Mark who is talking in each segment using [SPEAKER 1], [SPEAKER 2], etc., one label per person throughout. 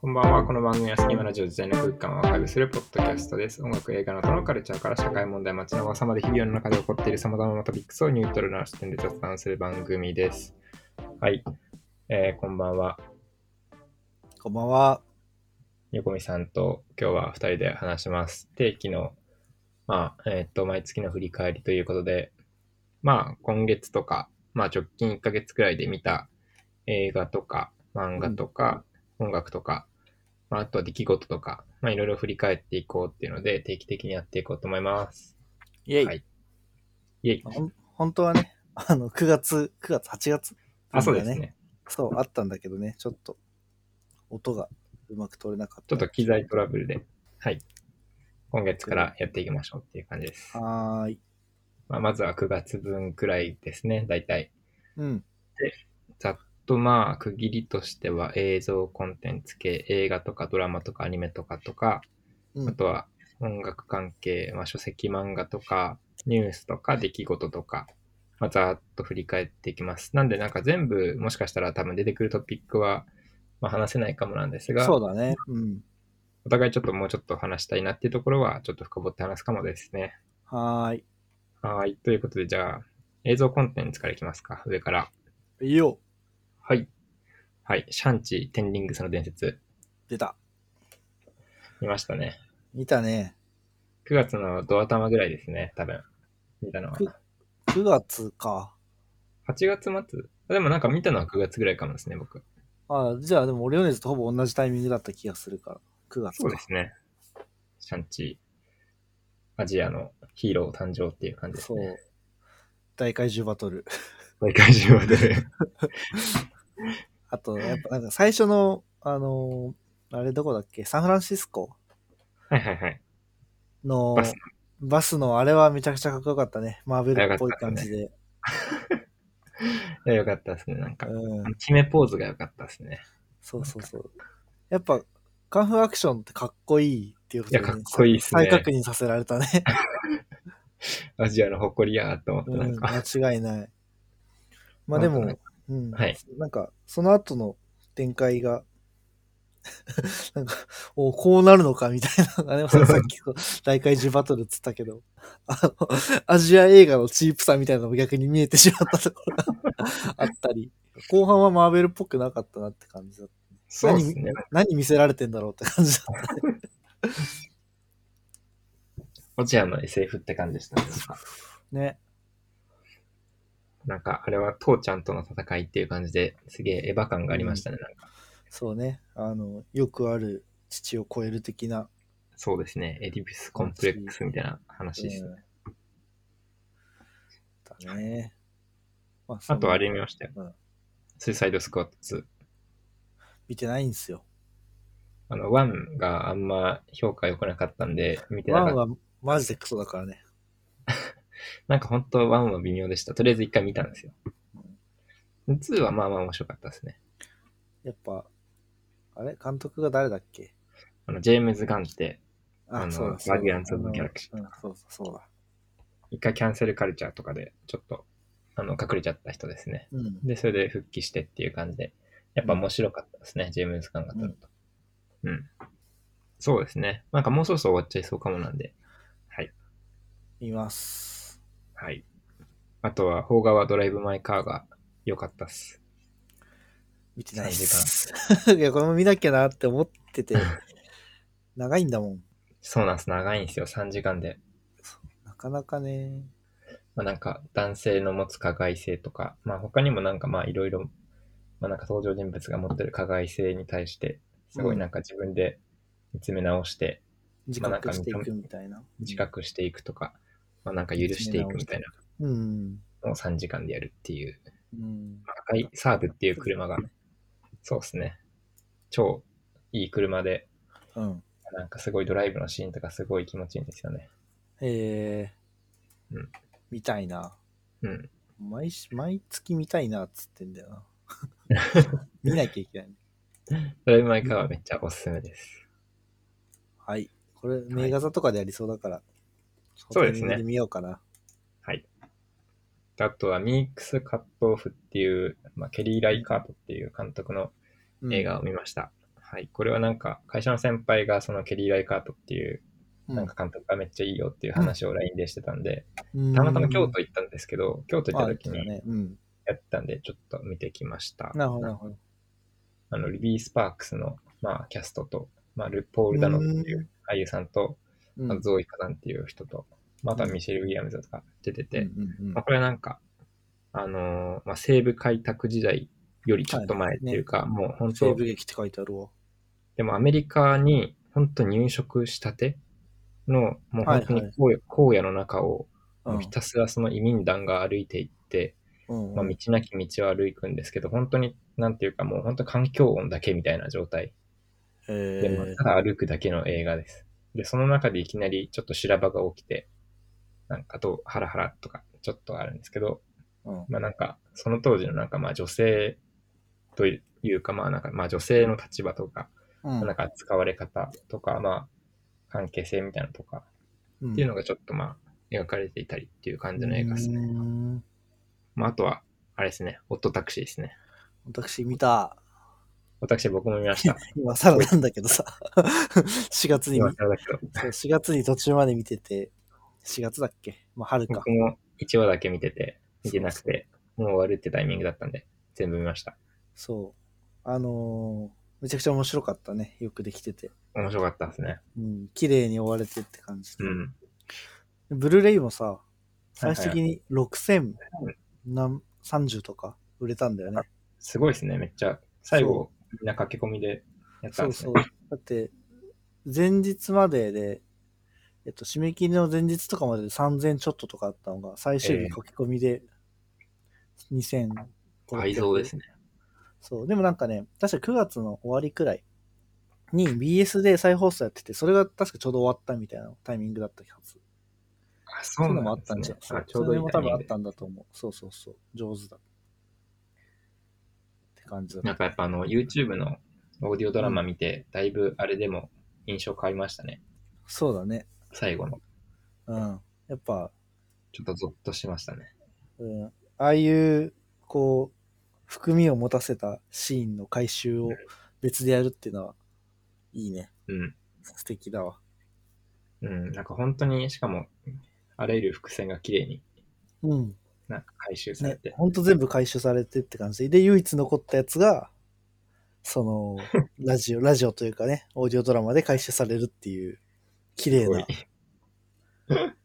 [SPEAKER 1] こんばんは。この番組は隙間ラジオ自在の空間をアーカイブするポッドキャストです。音楽、映画の他のカルチャーから社会問題、街の噂まで日々の中で起こっている様々なトピックスをニュートラルな視点で雑談する番組です。はい。えーこんばんは。
[SPEAKER 2] こんばんは。
[SPEAKER 1] 横見さんと今日は2人で話します。定期の、まあ、えっ、と、毎月の振り返りということで、まあ、今月とか、まあ、直近1ヶ月くらいで見た映画とか、漫画とか、音楽とか、まあ、あとは出来事とか、まあ、いろいろ振り返っていこうっていうので、定期的にやっていこうと思います。
[SPEAKER 2] イェイ。
[SPEAKER 1] はいイェイ。
[SPEAKER 2] ほん本当はね、あの、9月、9月、8月、
[SPEAKER 1] あ、そうですね。
[SPEAKER 2] そう、あったんだけどね、ちょっと、音がうまく取れなかっ
[SPEAKER 1] ちょ
[SPEAKER 2] た。
[SPEAKER 1] っと機材トラブルで、はい。今月からやっていきましょうっていう感じです。
[SPEAKER 2] はーい。
[SPEAKER 1] まあ、まずは9月分くらいですね、大体。
[SPEAKER 2] うん。
[SPEAKER 1] ざっとまあ区切りとしては映像コンテンツ系映画とかドラマとかアニメとかとか
[SPEAKER 2] う
[SPEAKER 1] あ
[SPEAKER 2] ん。
[SPEAKER 1] とは音楽関係、まあ、書籍漫画とかニュースとか出来事とか、まあ、ざーっと振り返っていきますなんでなんか全部もしかしたら多分出てくるトピックは、まあ、話せないかもなんですが
[SPEAKER 2] そうだね。うん。
[SPEAKER 1] お互いちょっともうちょっと話したいなっていうところはちょっと深掘って話すかもですね
[SPEAKER 2] はーい。
[SPEAKER 1] はいということでじゃあ映像コンテンツからいきますか上から
[SPEAKER 2] いいよ。
[SPEAKER 1] はいはいシャンチーテンリングスの伝説
[SPEAKER 2] 出た。
[SPEAKER 1] 見ましたね。
[SPEAKER 2] 見たね。
[SPEAKER 1] 9月のドア玉ぐらいですね、多分。見たのは。
[SPEAKER 2] く9月か。
[SPEAKER 1] 8月末あでもなんか見たのは9月ぐらいかもですね、僕。
[SPEAKER 2] あじゃあでも、オリオネズとほぼ同じタイミングだった気がするから。9月
[SPEAKER 1] そう
[SPEAKER 2] か。
[SPEAKER 1] ですね。シャンチー、アジアのヒーロー誕生っていう感じです
[SPEAKER 2] そう
[SPEAKER 1] ね。。
[SPEAKER 2] 大怪獣バトル。
[SPEAKER 1] 大怪獣ま で。
[SPEAKER 2] あと、やっぱなんか最初の、あのーあれどこだっけサンフランシスコ
[SPEAKER 1] はいはいはい。
[SPEAKER 2] の
[SPEAKER 1] バス
[SPEAKER 2] バスのあれはめちゃくちゃかっこよかったね。マーベルっぽい感じで。
[SPEAKER 1] いやよかったですね、なんか。
[SPEAKER 2] うん
[SPEAKER 1] あの。決めポーズが良かったですね。
[SPEAKER 2] そうそうそう。やっぱ、カンフーアクションってかっこいいっていうこと
[SPEAKER 1] いやかっこいいっすね
[SPEAKER 2] 再確認させられたね。
[SPEAKER 1] アジアの誇りやーと思って、
[SPEAKER 2] う
[SPEAKER 1] なん
[SPEAKER 2] ん、
[SPEAKER 1] か。
[SPEAKER 2] 間違いない。まあで
[SPEAKER 1] なん
[SPEAKER 2] も
[SPEAKER 1] か、
[SPEAKER 2] うん、
[SPEAKER 1] はい
[SPEAKER 2] なんか、その後の展開が、 なんか、おこうなるのかみたいな。あれも ささっきこう、大怪獣バトルっつったけど、あの、アジア映画のチープさみたいなのも逆に見えてしまったところが あったり、後半はマーベルっぽくなかったなって感じだった。
[SPEAKER 1] そうですね。
[SPEAKER 2] 何見せられてんだろうって感じだった。
[SPEAKER 1] 落合の SF って感じでしたね。
[SPEAKER 2] ね。
[SPEAKER 1] なんか、あれは父ちゃんとの戦いっていう感じですげえエヴァ感がありましたね、なんか。
[SPEAKER 2] そうね。あの、よくある父を超える的な。
[SPEAKER 1] そうですね。エディプスコンプレックスみたいな話ですね。
[SPEAKER 2] うんだね。まあ
[SPEAKER 1] あとあれ
[SPEAKER 2] その
[SPEAKER 1] 見ましたよ。
[SPEAKER 2] うん
[SPEAKER 1] スーサイドスクワット2。
[SPEAKER 2] 見てないんですよ。
[SPEAKER 1] あの、1があんま評価良くなかったんで、見て
[SPEAKER 2] ワ
[SPEAKER 1] なか
[SPEAKER 2] ン
[SPEAKER 1] った。
[SPEAKER 2] はマジでクソだからね。
[SPEAKER 1] なんか本当1は微妙でした。とりあえず1回見たんですよ。2はまあまあ面白かったですね。
[SPEAKER 2] やっぱ、あれ監督が誰だっけ
[SPEAKER 1] あの、ジェームズ・ガンって、あ
[SPEAKER 2] あ、
[SPEAKER 1] の
[SPEAKER 2] そうだ。
[SPEAKER 1] ガーディアンズオブギャラクシー
[SPEAKER 2] あのうんそうそうそうだ。
[SPEAKER 1] 一回キャンセルカルチャーとかで、ちょっと、あの、隠れちゃった人ですね。
[SPEAKER 2] うん。
[SPEAKER 1] で、それで復帰してっていう感じで、やっぱ面白かったですね、ジェームズ・ガンが撮ると。うん。そうですね。なんかもうそろそろ終わっちゃいそうかもなんで。はい。
[SPEAKER 2] 見ます。
[SPEAKER 1] はい。あとは、邦画はドライブ・マイ・カーが良かったっす。
[SPEAKER 2] 見てないです。 いや、これも見なきゃなって思ってて、長いんだもん。
[SPEAKER 1] そうなんです。長いんですよ。3時間で。
[SPEAKER 2] なかなかね。
[SPEAKER 1] まあなんか、男性の持つ加害性とか、まあ他にもなんかまあいろいろ、まあなんか登場人物が持ってる加害性に対して、すごいなんか自分で見つめ直して、
[SPEAKER 2] 自
[SPEAKER 1] まあなんか
[SPEAKER 2] 覚していくみたいな。
[SPEAKER 1] 自覚していくとか、まあなんか許していくみたいな
[SPEAKER 2] うん。
[SPEAKER 1] を3時間でやるっていう、
[SPEAKER 2] うん。
[SPEAKER 1] 赤いサーブっていう車が、そうですね、超いい車で、
[SPEAKER 2] うん。
[SPEAKER 1] なんかすごいドライブのシーンとかすごい気持ちいいんですよね。
[SPEAKER 2] えー
[SPEAKER 1] うん
[SPEAKER 2] 見たいな。
[SPEAKER 1] うん。
[SPEAKER 2] 毎し毎月見たいなっつってんだよな。 見なきゃいけない。
[SPEAKER 1] ドライブ・マイ・カーはめっちゃおすすめです。
[SPEAKER 2] はい。これ、名画座とかでやりそうだから。
[SPEAKER 1] そうですね
[SPEAKER 2] ホテル見ようかな。
[SPEAKER 1] はい。であとは、ミックス・カット・オフっていう、まあ、ケリー・ライカートっていう監督の
[SPEAKER 2] うん
[SPEAKER 1] 映。画を見ました。はい。これはなんか、会社の先輩がそのケリー・ライカートっていう、
[SPEAKER 2] うん
[SPEAKER 1] なんか監督がめっちゃいいよっていう話を LINE でしてたんで、
[SPEAKER 2] うん
[SPEAKER 1] たまたま京都行ったんですけど、京都行っ
[SPEAKER 2] あ
[SPEAKER 1] た
[SPEAKER 2] 言っ
[SPEAKER 1] 時
[SPEAKER 2] てた
[SPEAKER 1] に
[SPEAKER 2] ね。うん。
[SPEAKER 1] やってたんで、ちょっと見てきました。
[SPEAKER 2] なるほど、なるほど。
[SPEAKER 1] あの、リリー・スパークスの、まあ、キャストと、まあ、ルポール・ダノっていう俳優さんと、
[SPEAKER 2] うん
[SPEAKER 1] まあゾーイカさんっていう人と、またミシェル・ウィリアムズとか出てて、
[SPEAKER 2] うんうんうん
[SPEAKER 1] まあ、これはなんか、あのーまあ、西部開拓時代よりちょっと前っていうか、もう本
[SPEAKER 2] 西
[SPEAKER 1] 当
[SPEAKER 2] 部、劇って書いてあるわ。
[SPEAKER 1] でもアメリカに本当入植したての、もう本当に
[SPEAKER 2] はいはい
[SPEAKER 1] 荒野,、荒野の中を、
[SPEAKER 2] う
[SPEAKER 1] もうんひたすらその移民団が歩いていって、
[SPEAKER 2] うん
[SPEAKER 1] まあ、道なき道を歩くんですけど、本当に、なんていうかもう本当環境音だけみたいな状態。
[SPEAKER 2] え
[SPEAKER 1] でも
[SPEAKER 2] ー
[SPEAKER 1] ただ歩くだけの映画です。で、その中でいきなりちょっと修羅場が起きて、なんかとハラハラとかちょっとあるんですけど、
[SPEAKER 2] うん
[SPEAKER 1] まあなんか、その当時のなんかまあ女性というかまあなんかまあ女性の立場とか、
[SPEAKER 2] うん
[SPEAKER 1] なんか扱われ方とか、まあ関係性みたいなのとかっていうのがちょっとまあ描かれていたりっていう感じの映画ですね。
[SPEAKER 2] うん
[SPEAKER 1] まああとは、あれですね、オットタクシーですね。
[SPEAKER 2] 私見た。
[SPEAKER 1] 私僕も見ま した。
[SPEAKER 2] 今更なんだけどさ。4月に
[SPEAKER 1] 今
[SPEAKER 2] 見、
[SPEAKER 1] 更だけど、
[SPEAKER 2] そう4月に途中まで見てて、4月だっけまあ春か
[SPEAKER 1] 僕。も1話だけ見てて、見てなくて、もう終わるってタイミングだったんで、全部見ました。
[SPEAKER 2] そう。あのーめちゃくちゃ面白かったね。よくできてて。
[SPEAKER 1] 面白かったですね。
[SPEAKER 2] うん。綺麗に追われてって感じ
[SPEAKER 1] う
[SPEAKER 2] で。
[SPEAKER 1] ん。
[SPEAKER 2] ブルーレイもさ、
[SPEAKER 1] はい
[SPEAKER 2] 最終的に6030とか売れたんだよね。
[SPEAKER 1] すごいですね、めっちゃ。最後、みんな駆け込みでやった
[SPEAKER 2] そ
[SPEAKER 1] ん
[SPEAKER 2] う
[SPEAKER 1] です
[SPEAKER 2] そ
[SPEAKER 1] ね
[SPEAKER 2] う。。だって、前日までで、えっと、締め切りの前日とかまでで3000ちょっととかあったのが、最終
[SPEAKER 1] え
[SPEAKER 2] 日
[SPEAKER 1] え
[SPEAKER 2] 書き込みで2000、
[SPEAKER 1] 倍増ですね。
[SPEAKER 2] そう。でもなんかね、確か9月の終わりくらいに BS で再放送やってて、それが確かちょうど終わったみたいなタイミングだったはず。
[SPEAKER 1] あ、そ
[SPEAKER 2] そういう
[SPEAKER 1] う
[SPEAKER 2] のも
[SPEAKER 1] な
[SPEAKER 2] あ
[SPEAKER 1] んで
[SPEAKER 2] った
[SPEAKER 1] す
[SPEAKER 2] ん
[SPEAKER 1] ね
[SPEAKER 2] じゃん。。
[SPEAKER 1] あ、ち
[SPEAKER 2] そ
[SPEAKER 1] ょうど
[SPEAKER 2] れ
[SPEAKER 1] いい
[SPEAKER 2] も
[SPEAKER 1] タ
[SPEAKER 2] 多
[SPEAKER 1] イミン
[SPEAKER 2] 分あ
[SPEAKER 1] グ
[SPEAKER 2] っ
[SPEAKER 1] で
[SPEAKER 2] た。んだと思う。そうそうそう。上手だ。って感じだった
[SPEAKER 1] なんかやっぱあの、YouTube のオーディオドラマ見て、だいぶあれでも印象変わりましたね。
[SPEAKER 2] そうだね。
[SPEAKER 1] 最後の。
[SPEAKER 2] うん。やっぱ、
[SPEAKER 1] ちょっとゾッとしましたね。
[SPEAKER 2] うん、ああいう、こう、含みを持たせたシーンの回収を別でやるっていうのは、いいね。
[SPEAKER 1] うん。
[SPEAKER 2] 素敵だわ。
[SPEAKER 1] うん。なんか本当に、しかも、あらゆる伏線が綺麗に
[SPEAKER 2] うん。
[SPEAKER 1] なんか回収され
[SPEAKER 2] ね
[SPEAKER 1] て、。
[SPEAKER 2] ほんと全部回収されてって感じで、で、唯一残ったやつが、その、ラジオ、ラジオというかね、オーディオドラマで回収されるっていう、綺麗
[SPEAKER 1] すごい
[SPEAKER 2] な。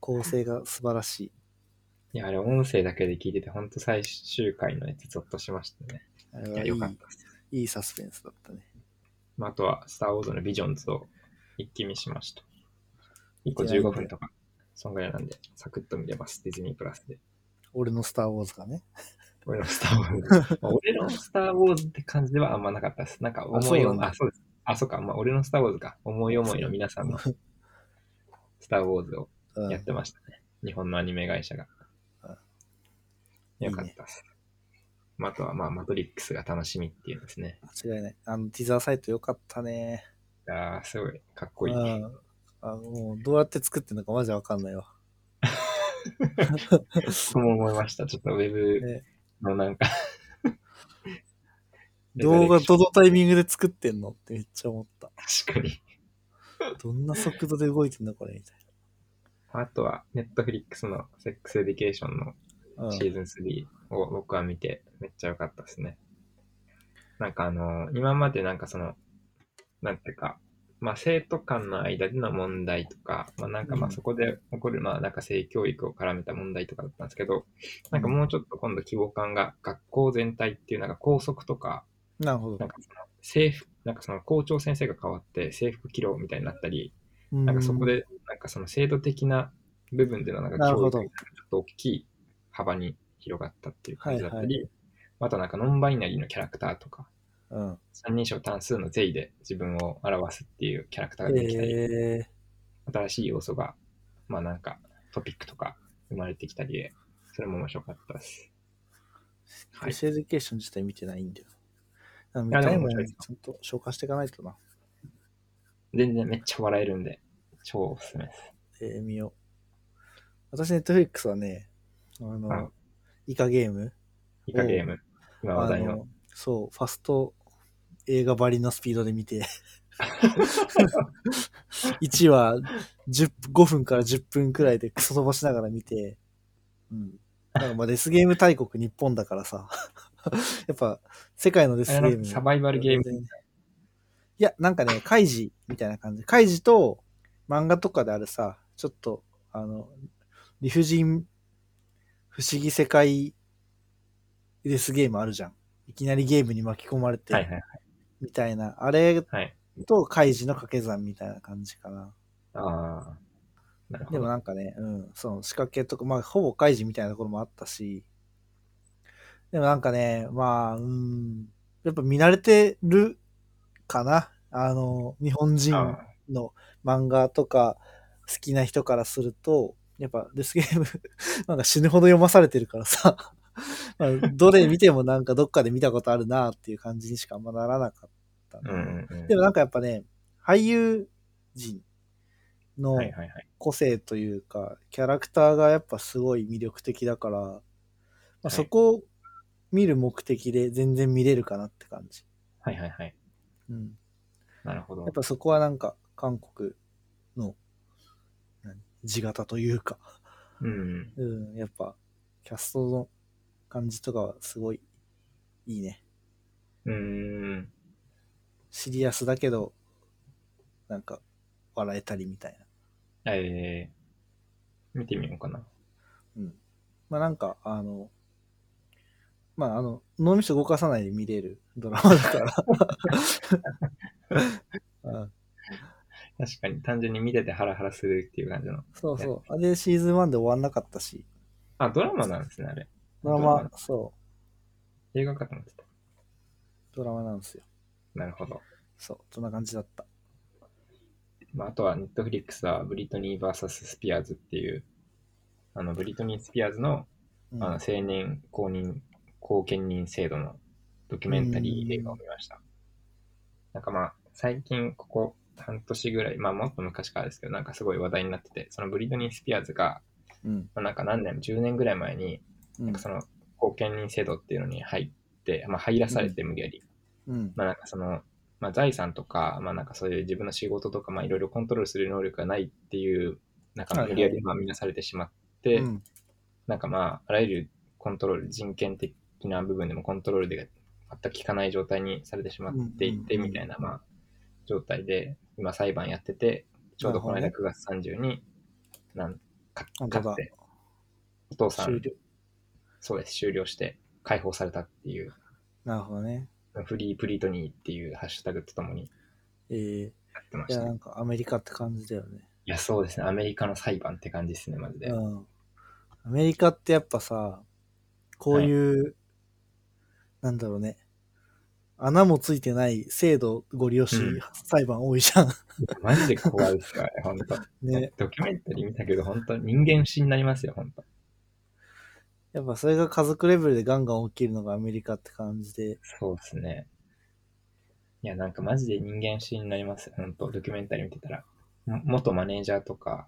[SPEAKER 2] 構成が素晴らしい。
[SPEAKER 1] いや、あれ音声だけで聞いてて、ほんと最終回のやつゾッとしましたね。
[SPEAKER 2] あれ
[SPEAKER 1] い
[SPEAKER 2] は
[SPEAKER 1] や、
[SPEAKER 2] い
[SPEAKER 1] よかった
[SPEAKER 2] い、
[SPEAKER 1] です。
[SPEAKER 2] いいサスペンスだったね。
[SPEAKER 1] まあ、あとは、スター・ウォーズのビジョンズを一気見しました。1個
[SPEAKER 2] 見てない
[SPEAKER 1] 15
[SPEAKER 2] んだ
[SPEAKER 1] 分とか、そんぐらいなんで、サクッと見れます。ディズニープラスで。
[SPEAKER 2] 俺のスター・ウォーズがね。
[SPEAKER 1] 俺のスター・ウォー ズ。まあ俺のスター・ウォーズって感じではあんまなかったです。なんか思い
[SPEAKER 2] そうなん
[SPEAKER 1] を、
[SPEAKER 2] だ
[SPEAKER 1] あ、そうです。あ、そうか。まあ、俺のスター・ウォーズか。思い思いの皆さん のスター・ウォーズを
[SPEAKER 2] うん
[SPEAKER 1] やってましたね。日本のアニメ会社が
[SPEAKER 2] あ。
[SPEAKER 1] よかったです。まああとは、まあ、マトリックスが楽しみっていうんですね。
[SPEAKER 2] 間違いない。あの、ティザーサイトよかったね。
[SPEAKER 1] いやーすごい、かっこいい。
[SPEAKER 2] うんあのもうどうやって作ってるのかマジわかんないわ。
[SPEAKER 1] 僕も思いました。ちょっとウェブ
[SPEAKER 2] ね。
[SPEAKER 1] のなんか
[SPEAKER 2] 動画
[SPEAKER 1] レゾ
[SPEAKER 2] どのタイミングで作ってんのってめっちゃ思った。
[SPEAKER 1] レクション確かに。
[SPEAKER 2] どんな速度で動いてんだこれみたい
[SPEAKER 1] あとは、ネットフリックスのセックスエディケーション
[SPEAKER 2] な。う
[SPEAKER 1] の
[SPEAKER 2] ん
[SPEAKER 1] シーズン3を僕は見て、めっちゃ良かったですね。なんかあのー今までなんかその、なんていうか、まあ生徒間の間での問題とか、まあなんかま
[SPEAKER 2] う
[SPEAKER 1] あ
[SPEAKER 2] ん
[SPEAKER 1] そこで起こる、まあなんか性教育を絡めた問題とかだったんですけど、なんかもうちょっと今度希望感が学校全体っていうなんか校則とか、
[SPEAKER 2] なるほど
[SPEAKER 1] なん。かその制服、なんかその校長先生が変わって制服着ろみたいになったり、
[SPEAKER 2] な
[SPEAKER 1] なんかそこ、で、なんかその制度的な部分でのなんか
[SPEAKER 2] なる
[SPEAKER 1] 教
[SPEAKER 2] ほど
[SPEAKER 1] 育がちょっと大きい幅に広がったっていう感じだった
[SPEAKER 2] はい
[SPEAKER 1] り、あとなんかノンバイナリーのキャラクターとか、
[SPEAKER 2] うん。
[SPEAKER 1] 三人称単数の税で自分を表すっていうキャラクターができたり、
[SPEAKER 2] えー、
[SPEAKER 1] 新しい要素が、まあなんかトピックとか生まれてきたりで、それも面白かったです。はい
[SPEAKER 2] セク。シーエデュケーション自体見てないんだよ。あ見
[SPEAKER 1] や
[SPEAKER 2] た
[SPEAKER 1] で
[SPEAKER 2] い
[SPEAKER 1] も
[SPEAKER 2] も
[SPEAKER 1] 面
[SPEAKER 2] ん
[SPEAKER 1] 白い
[SPEAKER 2] ちゃんと消化していかないとな。
[SPEAKER 1] 全然めっちゃ笑えるんで、超おすすめです。
[SPEAKER 2] えー、見よう。私、ネットフリックスはね、あ
[SPEAKER 1] はい
[SPEAKER 2] の、イカゲーム
[SPEAKER 1] イカゲーム、今話題の。
[SPEAKER 2] そう、ファスト映画ばりのスピードで見て、1話10 5分から10分くらいでクソ飛ばしながら見て、うん。なんかまあデスゲーム大国日本だからさ、 やっぱ世界のデスゲ
[SPEAKER 1] あ
[SPEAKER 2] ー
[SPEAKER 1] の
[SPEAKER 2] ム。
[SPEAKER 1] サバイバルゲーム。
[SPEAKER 2] いや、なんかね、カイジみたいな感じ。カイジと漫画とかであるさ、ちょっと、あの、理不尽不思議世界デスゲームあるじゃん。いきなりゲームに巻き込まれ
[SPEAKER 1] はい
[SPEAKER 2] て、
[SPEAKER 1] はい
[SPEAKER 2] みたいな。あれ
[SPEAKER 1] はい。
[SPEAKER 2] とカイジの掛け算みたいな感じかな。
[SPEAKER 1] ああ。なるほ
[SPEAKER 2] でも
[SPEAKER 1] ど。
[SPEAKER 2] なんかね、うん、その仕掛けとか、まあ、ほぼ開示みたいなところもあったし、でもなんかね、まあ、うん、やっぱ見慣れてるかな。あの、日本人
[SPEAKER 1] あ
[SPEAKER 2] の漫画とか好きな人からすると、やっぱデスゲーム、 なんか死ぬほど読まされてるからさ、 まあどれ見てもなんかどっかで見たことあるなっていう感じにしかあんまならなかったん
[SPEAKER 1] ーう
[SPEAKER 2] だけど、
[SPEAKER 1] んうんうん。
[SPEAKER 2] でもなんかやっぱね、俳優陣の、
[SPEAKER 1] はいはいはい。
[SPEAKER 2] 個性というか、キャラクターがやっぱすごい魅力的だから、ま
[SPEAKER 1] は
[SPEAKER 2] あ、
[SPEAKER 1] い
[SPEAKER 2] そこを見る目的で全然見れるかなって感じ。
[SPEAKER 1] はいはいはい。
[SPEAKER 2] うん。
[SPEAKER 1] なるほど
[SPEAKER 2] やっ。ぱそこはなんか、韓国の、何地型というか、
[SPEAKER 1] うん。
[SPEAKER 2] うん、やっぱ、キャストの感じとかはすごいいいね。
[SPEAKER 1] うーん。
[SPEAKER 2] シリアスだけど、なんか、笑えたりみたいな。
[SPEAKER 1] えー、見てみようかな。
[SPEAKER 2] うん。まあなんか、あの、まああの、脳みそ動かさないで見れるドラマだから。うん、
[SPEAKER 1] 確かに、単純に見ててハラハラするっていう感じの。
[SPEAKER 2] そうそう。あれシーズン1で終わんなかったし、
[SPEAKER 1] あ、ドラマなんですね、あれ。
[SPEAKER 2] ドラマ、そ
[SPEAKER 1] 映画かと思ってた。
[SPEAKER 2] う、ドラマなんですよ。
[SPEAKER 1] なるほど。
[SPEAKER 2] そう、そんな感じだった。
[SPEAKER 1] まあ、あとは、ネットフリックスは、ブリトニー VS スピアーズっていう、あの、ブリトニー・スピアーズの、
[SPEAKER 2] うん、
[SPEAKER 1] あの、青年公認、公権人制度のドキュメンタリー映画を見ました。なんかまあ、最近、ここ半年ぐらい、まあ、もっと昔からですけど、なんかすごい話題になってて、そのブリトニー・スピアーズが、
[SPEAKER 2] うん。
[SPEAKER 1] まあなんか何年、10年ぐらい前に、
[SPEAKER 2] うん。
[SPEAKER 1] その後見人制度っていうのに入って、まあ、入らされて無理やり、
[SPEAKER 2] うん。
[SPEAKER 1] まあなんかその、まあ、財産とか、まあ、なんかそういう自分の仕事とか、まあ、いろいろコントロールする能力がないっていう、なん
[SPEAKER 2] はい
[SPEAKER 1] か
[SPEAKER 2] はい
[SPEAKER 1] 無理やりまあ見なされてしまって、
[SPEAKER 2] うん
[SPEAKER 1] なんかまあ、あらゆるコントロール、人権的な部分でもコントロールで全く効かない状態にされてしまっていて、
[SPEAKER 2] うんうんうん
[SPEAKER 1] みたいな、まあ、状態で、今裁判やってて、ちょうどこの間
[SPEAKER 2] な
[SPEAKER 1] 9月30に、なんか、
[SPEAKER 2] 本当だ
[SPEAKER 1] 勝って、お父さ
[SPEAKER 2] 終
[SPEAKER 1] ん
[SPEAKER 2] 了。
[SPEAKER 1] そうです、終了して解放されたっていう、
[SPEAKER 2] なるほどね。
[SPEAKER 1] フリープリトニーっていうハッシュタグとともに
[SPEAKER 2] え
[SPEAKER 1] やってま
[SPEAKER 2] ー、
[SPEAKER 1] し
[SPEAKER 2] いや、
[SPEAKER 1] た、ね。
[SPEAKER 2] ないんかアメリカって感じだよね。
[SPEAKER 1] や、そうですね、アメリカの裁判って感じですね、マジで。
[SPEAKER 2] うん。アメリカってやっぱさ、こういう、なんだろうね、穴もついてない制度ご利用し、
[SPEAKER 1] うん
[SPEAKER 2] 裁判多いじ ゃん。
[SPEAKER 1] マジで怖いですからね、本当。
[SPEAKER 2] ね。
[SPEAKER 1] ドキュメンタリー見たけど、本当、人間不信になりますよ、本当。
[SPEAKER 2] やっぱそれが家族レベルでガンガン起きるのがアメリカって感じで、
[SPEAKER 1] そうですね。いや、なんかマジで人間不信になります、本当、ドキュメンタリー見てたら。も元マネージャーとか、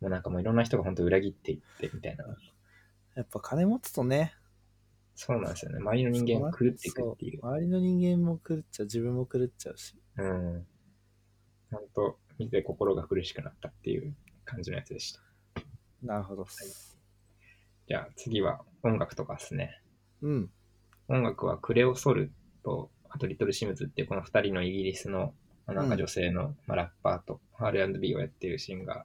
[SPEAKER 1] もうなんかもういろんな人が本当裏切っていってみたいな。
[SPEAKER 2] やっぱ金持つとね、
[SPEAKER 1] そうなんですよね。周りの人間が狂っていくっていう。
[SPEAKER 2] そう周りの人間も狂っちゃう、自分も狂っちゃうし。
[SPEAKER 1] うん。本当、見て心が苦しくなったっていう感じのやつでした。
[SPEAKER 2] なるほどっす。
[SPEAKER 1] じゃあ次は音楽とかですね。
[SPEAKER 2] うん。
[SPEAKER 1] 音楽はクレオソルと、あとリトルシムズっていうこの2人のイギリスの、まあなんか女性の、まあラッパーと R&B をやってるシンガー、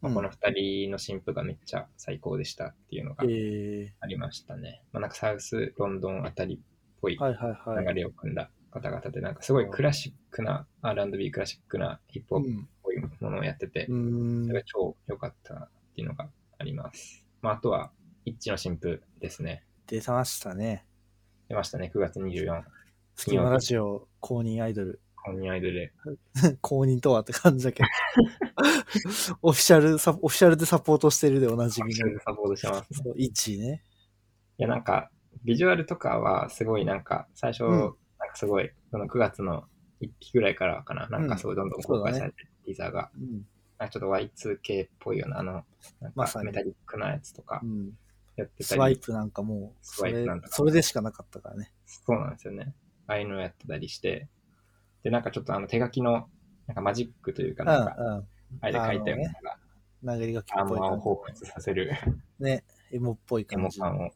[SPEAKER 1] まあこの2人の新婦がめっちゃ最高でしたっていうのが
[SPEAKER 2] うんえ
[SPEAKER 1] ありましたね。まあ、なんかサウスロンドンあたりっぽい
[SPEAKER 2] ー、はいはいはい。
[SPEAKER 1] 流れを組んだ方々で、なんかすごいクラシックな R&B クラシックなヒップホップっ
[SPEAKER 2] うん
[SPEAKER 1] ぽいものをやってて、
[SPEAKER 2] うー
[SPEAKER 1] そ
[SPEAKER 2] ん
[SPEAKER 1] れが超良かったなっていうのがあります。まあ、あとは、一致の新婦ですね。
[SPEAKER 2] 出ましたね。
[SPEAKER 1] 出ましたね、9月24日。
[SPEAKER 2] 隙間ラジオ公認アイドル。
[SPEAKER 1] コンニアイドルで。
[SPEAKER 2] 公認とはって感じだけど。 オフィシャルサ、オフィシャルでサポートしてるでおなじみ
[SPEAKER 1] そ
[SPEAKER 2] の
[SPEAKER 1] れ。でサポートしてます、ね。
[SPEAKER 2] そう、1位ね。
[SPEAKER 1] いや、なんか、ビジュアルとかは、すごいなんか、最初、
[SPEAKER 2] うん
[SPEAKER 1] なんかすごい、その9月の1日ぐらいからかな、なんかすごいどんどん公開されてる、ティザーが。
[SPEAKER 2] うん。
[SPEAKER 1] なんかちょっと Y2K っぽいような、あの、なん
[SPEAKER 2] ま
[SPEAKER 1] か
[SPEAKER 2] さに
[SPEAKER 1] メタリックなやつとか
[SPEAKER 2] うん、
[SPEAKER 1] やってた
[SPEAKER 2] ス
[SPEAKER 1] り、
[SPEAKER 2] ワイプなんかもう、
[SPEAKER 1] ス
[SPEAKER 2] そ
[SPEAKER 1] ワイ
[SPEAKER 2] れ
[SPEAKER 1] プなんだ、から
[SPEAKER 2] それでしかなかったからね。
[SPEAKER 1] そうなんですよね。ああいうのやってたりして、で、なんかちょっとあの手書きの、なんかマジックというか、
[SPEAKER 2] う
[SPEAKER 1] なんか、
[SPEAKER 2] んうん。
[SPEAKER 1] あれで書いたようなのが、
[SPEAKER 2] 殴り書き
[SPEAKER 1] あ
[SPEAKER 2] っ
[SPEAKER 1] ん
[SPEAKER 2] ぽい
[SPEAKER 1] まを
[SPEAKER 2] 感
[SPEAKER 1] 彷彿させる
[SPEAKER 2] じ。ね。エモっぽい
[SPEAKER 1] エ
[SPEAKER 2] 感
[SPEAKER 1] モ
[SPEAKER 2] じ。
[SPEAKER 1] 感を。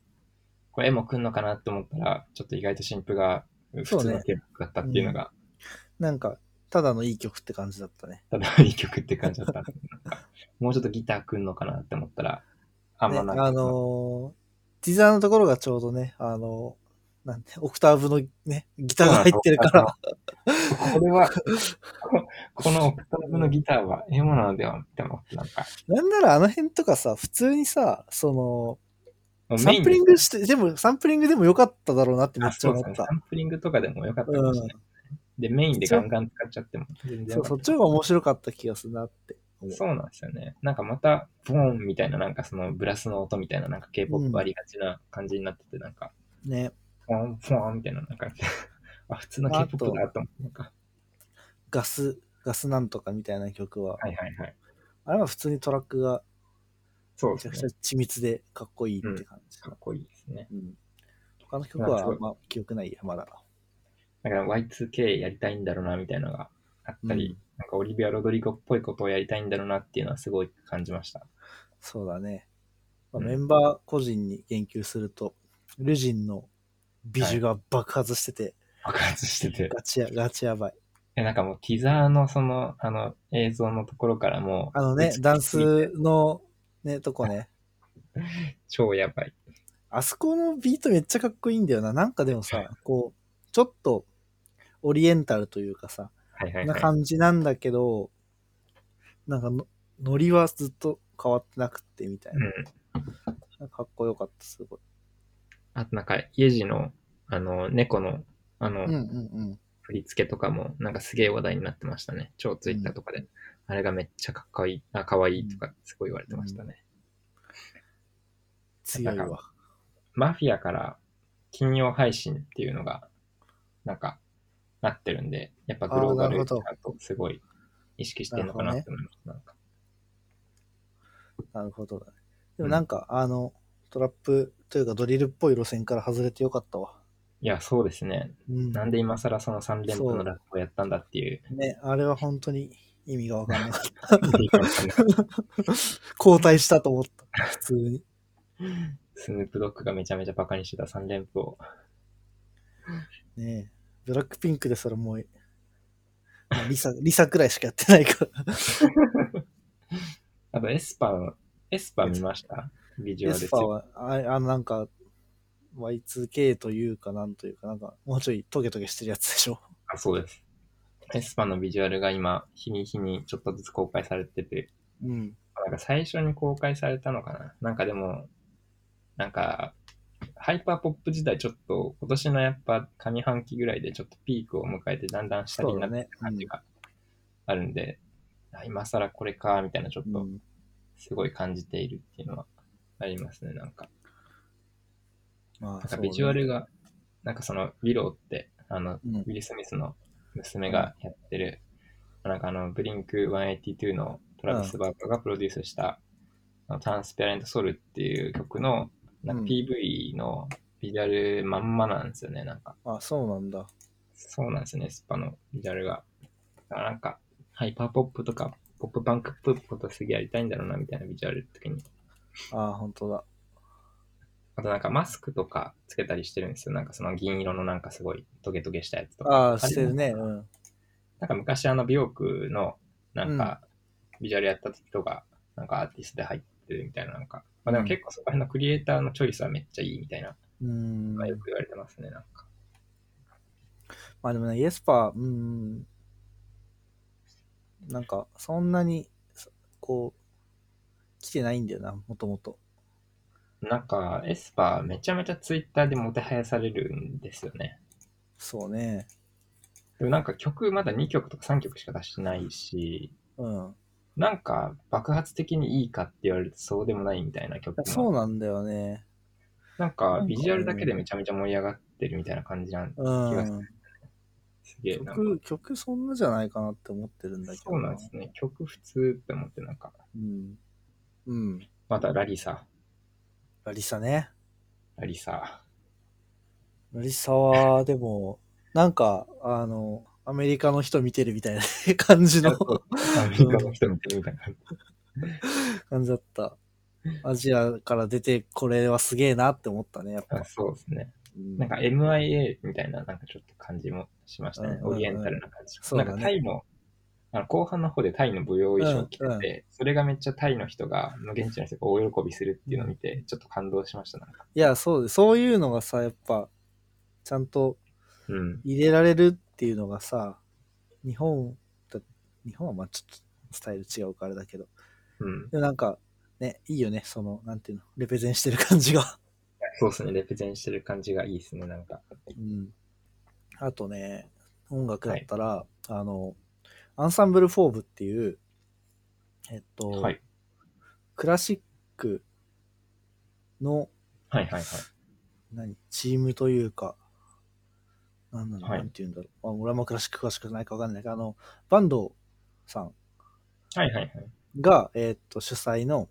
[SPEAKER 1] これエモくんのかなって思ったら、ちょっと意外と新婦が普通のテープだったっていうのが、
[SPEAKER 2] なんか、ただのいい曲って感じだったね。
[SPEAKER 1] ただいい曲って感じだ ったんで。なんかもうちょっとギターくんのかなって思ったら、あん
[SPEAKER 2] ね
[SPEAKER 1] まな
[SPEAKER 2] あ
[SPEAKER 1] んか、
[SPEAKER 2] のー、ティザーのところがちょうどね、あのー、なんて、オクターブのね、ギターが入ってるから、
[SPEAKER 1] これは、ここのオクターブのギターはエモなのではって思って、なんか、
[SPEAKER 2] なんならあの辺とかさ、普通にさ、その、
[SPEAKER 1] もう
[SPEAKER 2] サ
[SPEAKER 1] メイ
[SPEAKER 2] ン
[SPEAKER 1] ン
[SPEAKER 2] プ
[SPEAKER 1] で
[SPEAKER 2] リングして、でも、サンプリングでも良かっただろうなってめっ
[SPEAKER 1] あ
[SPEAKER 2] ちゃ
[SPEAKER 1] そう
[SPEAKER 2] 思
[SPEAKER 1] で
[SPEAKER 2] っ
[SPEAKER 1] すね。サ
[SPEAKER 2] た。
[SPEAKER 1] ンプリングとかでもよかったか
[SPEAKER 2] う
[SPEAKER 1] も
[SPEAKER 2] ん
[SPEAKER 1] しれない。で、メインでガンガン使っちゃっても全然
[SPEAKER 2] そ
[SPEAKER 1] よ
[SPEAKER 2] う、
[SPEAKER 1] か
[SPEAKER 2] そ
[SPEAKER 1] っ
[SPEAKER 2] ったちの方が面白かった気がするなって思う。
[SPEAKER 1] そうなんですよね。なんかまた、ボーンみたいな、なんかそのブラスの音みたいな、なんか K-POP ありがちな感じになってて、なんか、
[SPEAKER 2] ね。
[SPEAKER 1] フォン、フォンみたいな、なんか、 あ、普通の
[SPEAKER 2] あと
[SPEAKER 1] K-POP だと思って、なんか、
[SPEAKER 2] ガス、ガスなんとかみたいな曲は、
[SPEAKER 1] はいはいはい。
[SPEAKER 2] あれは普通にトラックが
[SPEAKER 1] そう
[SPEAKER 2] め
[SPEAKER 1] で
[SPEAKER 2] ち
[SPEAKER 1] す
[SPEAKER 2] ゃ
[SPEAKER 1] ね
[SPEAKER 2] くちゃ。緻密でかっこいいって感じ。
[SPEAKER 1] かっこいいですね。
[SPEAKER 2] うん。他の曲はあんま記憶ないや、まだ。
[SPEAKER 1] だから Y2K やりたいんだろうな、みたいなのがあったり、
[SPEAKER 2] うん
[SPEAKER 1] なんかオリビア・ロドリゴっぽいことをやりたいんだろうなっていうのはすごい感じました。
[SPEAKER 2] そうだね。まあ
[SPEAKER 1] うん
[SPEAKER 2] メンバー個人に言及すると、ルジンの美女が爆発してて、
[SPEAKER 1] 爆発してて。
[SPEAKER 2] ガチや、ガチやばい。
[SPEAKER 1] え、なんかもうティザーのその、あの、映像のところからもう、
[SPEAKER 2] あのね
[SPEAKER 1] 美し、すぎて
[SPEAKER 2] ダンスのね、とこね。
[SPEAKER 1] 超やばい。
[SPEAKER 2] あそこのビートめっちゃかっこいいんだよな。なんかでもさ、こう、ちょっとオリエンタルというかさ、
[SPEAKER 1] はいはい
[SPEAKER 2] な
[SPEAKER 1] はい。
[SPEAKER 2] 感じなんだけど、なんかの、ノリはずっと変わってなくってみたい
[SPEAKER 1] うん。
[SPEAKER 2] な。かっこよかった、すごい。
[SPEAKER 1] あとなんか、イエジの、あの、猫の、あの、
[SPEAKER 2] うんうん
[SPEAKER 1] 振り付けとかも、なんかすげえ話題になってましたね。超ツイッターとかで。あれがめっちゃかっこいい、あ、かわいいとか、すごい言われてましたね。
[SPEAKER 2] 強い
[SPEAKER 1] なん
[SPEAKER 2] わ。
[SPEAKER 1] マフィアから金曜配信っていうのが、なんか、なってるんで、やっぱグローバ
[SPEAKER 2] あーなる
[SPEAKER 1] ル
[SPEAKER 2] ほ
[SPEAKER 1] ち
[SPEAKER 2] ど
[SPEAKER 1] ゃんとすごい意識してるのかなって思います。なんか
[SPEAKER 2] なるほどだね。でもなんか、あの、トラップというかドリルっぽい路線から外れてよかったわ。
[SPEAKER 1] いや、そうですね。
[SPEAKER 2] うん。
[SPEAKER 1] なんで今更その3連符のラップをやったんだっていう。
[SPEAKER 2] ね、あれは本当に意味がわかんな かった。
[SPEAKER 1] いいかもしれない
[SPEAKER 2] 交代したと思った。普通に。
[SPEAKER 1] スヌープドッグがめちゃめちゃバカにしてた3連符を。
[SPEAKER 2] ねえブラックピンクでそれもう、まあリサ、 リサくらいしかやってないから。
[SPEAKER 1] あとエスパー、エスパー見ましたビジュ
[SPEAKER 2] エ
[SPEAKER 1] アル
[SPEAKER 2] スパーは、ああのなんか、Y2K というか、なんというか、なんか、もうちょいトゲトゲしてるやつでしょ。
[SPEAKER 1] あ、そうです。エスパーのビジュアルが今、日に日にちょっとずつ公開されてて、
[SPEAKER 2] うん。
[SPEAKER 1] なんか最初に公開されたのかななんかでも、なんか、ハイパーポップ時代ちょっと、今年のやっぱ上半期ぐらいでちょっとピークを迎えて、だんだん下火
[SPEAKER 2] そ
[SPEAKER 1] に
[SPEAKER 2] う
[SPEAKER 1] な
[SPEAKER 2] だ
[SPEAKER 1] って
[SPEAKER 2] ね。
[SPEAKER 1] る感じがあるんで、あ今更これか、みたいなちょっ
[SPEAKER 2] うんう
[SPEAKER 1] と
[SPEAKER 2] ん。
[SPEAKER 1] すごい感じているっていうのはありますね、なんか。
[SPEAKER 2] ま
[SPEAKER 1] な
[SPEAKER 2] あ、
[SPEAKER 1] んか
[SPEAKER 2] そう
[SPEAKER 1] ビジュア
[SPEAKER 2] ね。
[SPEAKER 1] ルが、なんかその、ウィローって、あの、
[SPEAKER 2] うん
[SPEAKER 1] ウィル・スミスの娘がやってる、なんかあの、ブリンク182のトラビス・バーカーがプロデュースした、あのトランスペアレント・ソルっていう曲の、なんか
[SPEAKER 2] うん
[SPEAKER 1] PV のビジュアルまんまなんですよね、なんか。
[SPEAKER 2] あ、そうなんだ。
[SPEAKER 1] そうなんですよね、スパのビジュアルが。だからなんか、ハイパーポップとか、ポップパンクっぽいことすげえやりたいんだろうな、みたいなビジュアル的に。
[SPEAKER 2] あ、本当だ。
[SPEAKER 1] あとなんかマスクとかつけたりしてるんですよ。なんかその銀色のなんかすごいトゲトゲしたやつとか。
[SPEAKER 2] ああ、してるね。うん。
[SPEAKER 1] なんか昔あの美容区のなんかビジュアルやった人がなんかアーティストで入ってるみたいななんか、まあでも結構そこら辺のクリエイターのチョイスはめっちゃいいみたいな、
[SPEAKER 2] うーん。
[SPEAKER 1] よく言われてますね、なんか。
[SPEAKER 2] まあでもね、イエスパー、うーん。なんか、そんなに、そこう、来てないんだよな、もともと。
[SPEAKER 1] なんかエスパーめちゃめちゃツイッターでもてはやされるんですよね。
[SPEAKER 2] そうね。
[SPEAKER 1] でもなんか曲まだ2曲とか3曲しか出してないし、
[SPEAKER 2] うん。
[SPEAKER 1] なんか爆発的にいいかって言われるとそうでもないみたいな曲も
[SPEAKER 2] そうなんだよね。
[SPEAKER 1] なんか、ビジュアルだけでめちゃめちゃ盛り上がってるみたいな感じなん
[SPEAKER 2] うん。
[SPEAKER 1] すげえなんか。
[SPEAKER 2] 曲、曲そんなじゃないかなって思ってるんだけど。
[SPEAKER 1] そうなんですね。曲普通って思って、なんか、
[SPEAKER 2] うん。うん。
[SPEAKER 1] またラリサ、
[SPEAKER 2] ラリサね。
[SPEAKER 1] ラリサ。
[SPEAKER 2] ラリサは、でも、なんか、あの、アメリカの人見てるみたいな 感じの
[SPEAKER 1] アメリカの人見てるみたいな。
[SPEAKER 2] 感じだった。アジアから出てこれはすげえなって思ったね、やっぱ
[SPEAKER 1] あ。そうですね。
[SPEAKER 2] うん
[SPEAKER 1] なんか MIA みたいな、なんかちょっと感じもしました
[SPEAKER 2] うん
[SPEAKER 1] ね
[SPEAKER 2] う。んうん
[SPEAKER 1] オリエンタルな感じ。
[SPEAKER 2] そうだね
[SPEAKER 1] なんかタイの、あの後半の方でタイの舞踊衣装を着てて、
[SPEAKER 2] うんうん
[SPEAKER 1] それがめっちゃタイの人が、の現地の人が大喜びするっていうのを見て、ちょっと感動しました。なんか
[SPEAKER 2] いや、そうで、そういうのがさ、やっぱ、ちゃんと
[SPEAKER 1] うん。
[SPEAKER 2] 入れられるっていうのがさ、日本だ、日本はまあちょっとスタイル違うからあれだけど、
[SPEAKER 1] うん。
[SPEAKER 2] でもなんか、ね、いいよね、その、なんていうの、レペゼンしてる感 じが。
[SPEAKER 1] そうですね。レプゼンしてる感じがいいですね。なんか。
[SPEAKER 2] うん。あとね、音楽だったら、あの、アンサンブルフォーブっていう、えっと、
[SPEAKER 1] はい。
[SPEAKER 2] クラシックの、
[SPEAKER 1] はいはいはい。
[SPEAKER 2] 何、チームというか、なんなの、
[SPEAKER 1] はい
[SPEAKER 2] なんて言うんだろう。まあ、俺はまあクラシック詳しくないかわかんないけど、あの、バンドさん
[SPEAKER 1] はいはいはい。
[SPEAKER 2] が、えーっと、主催の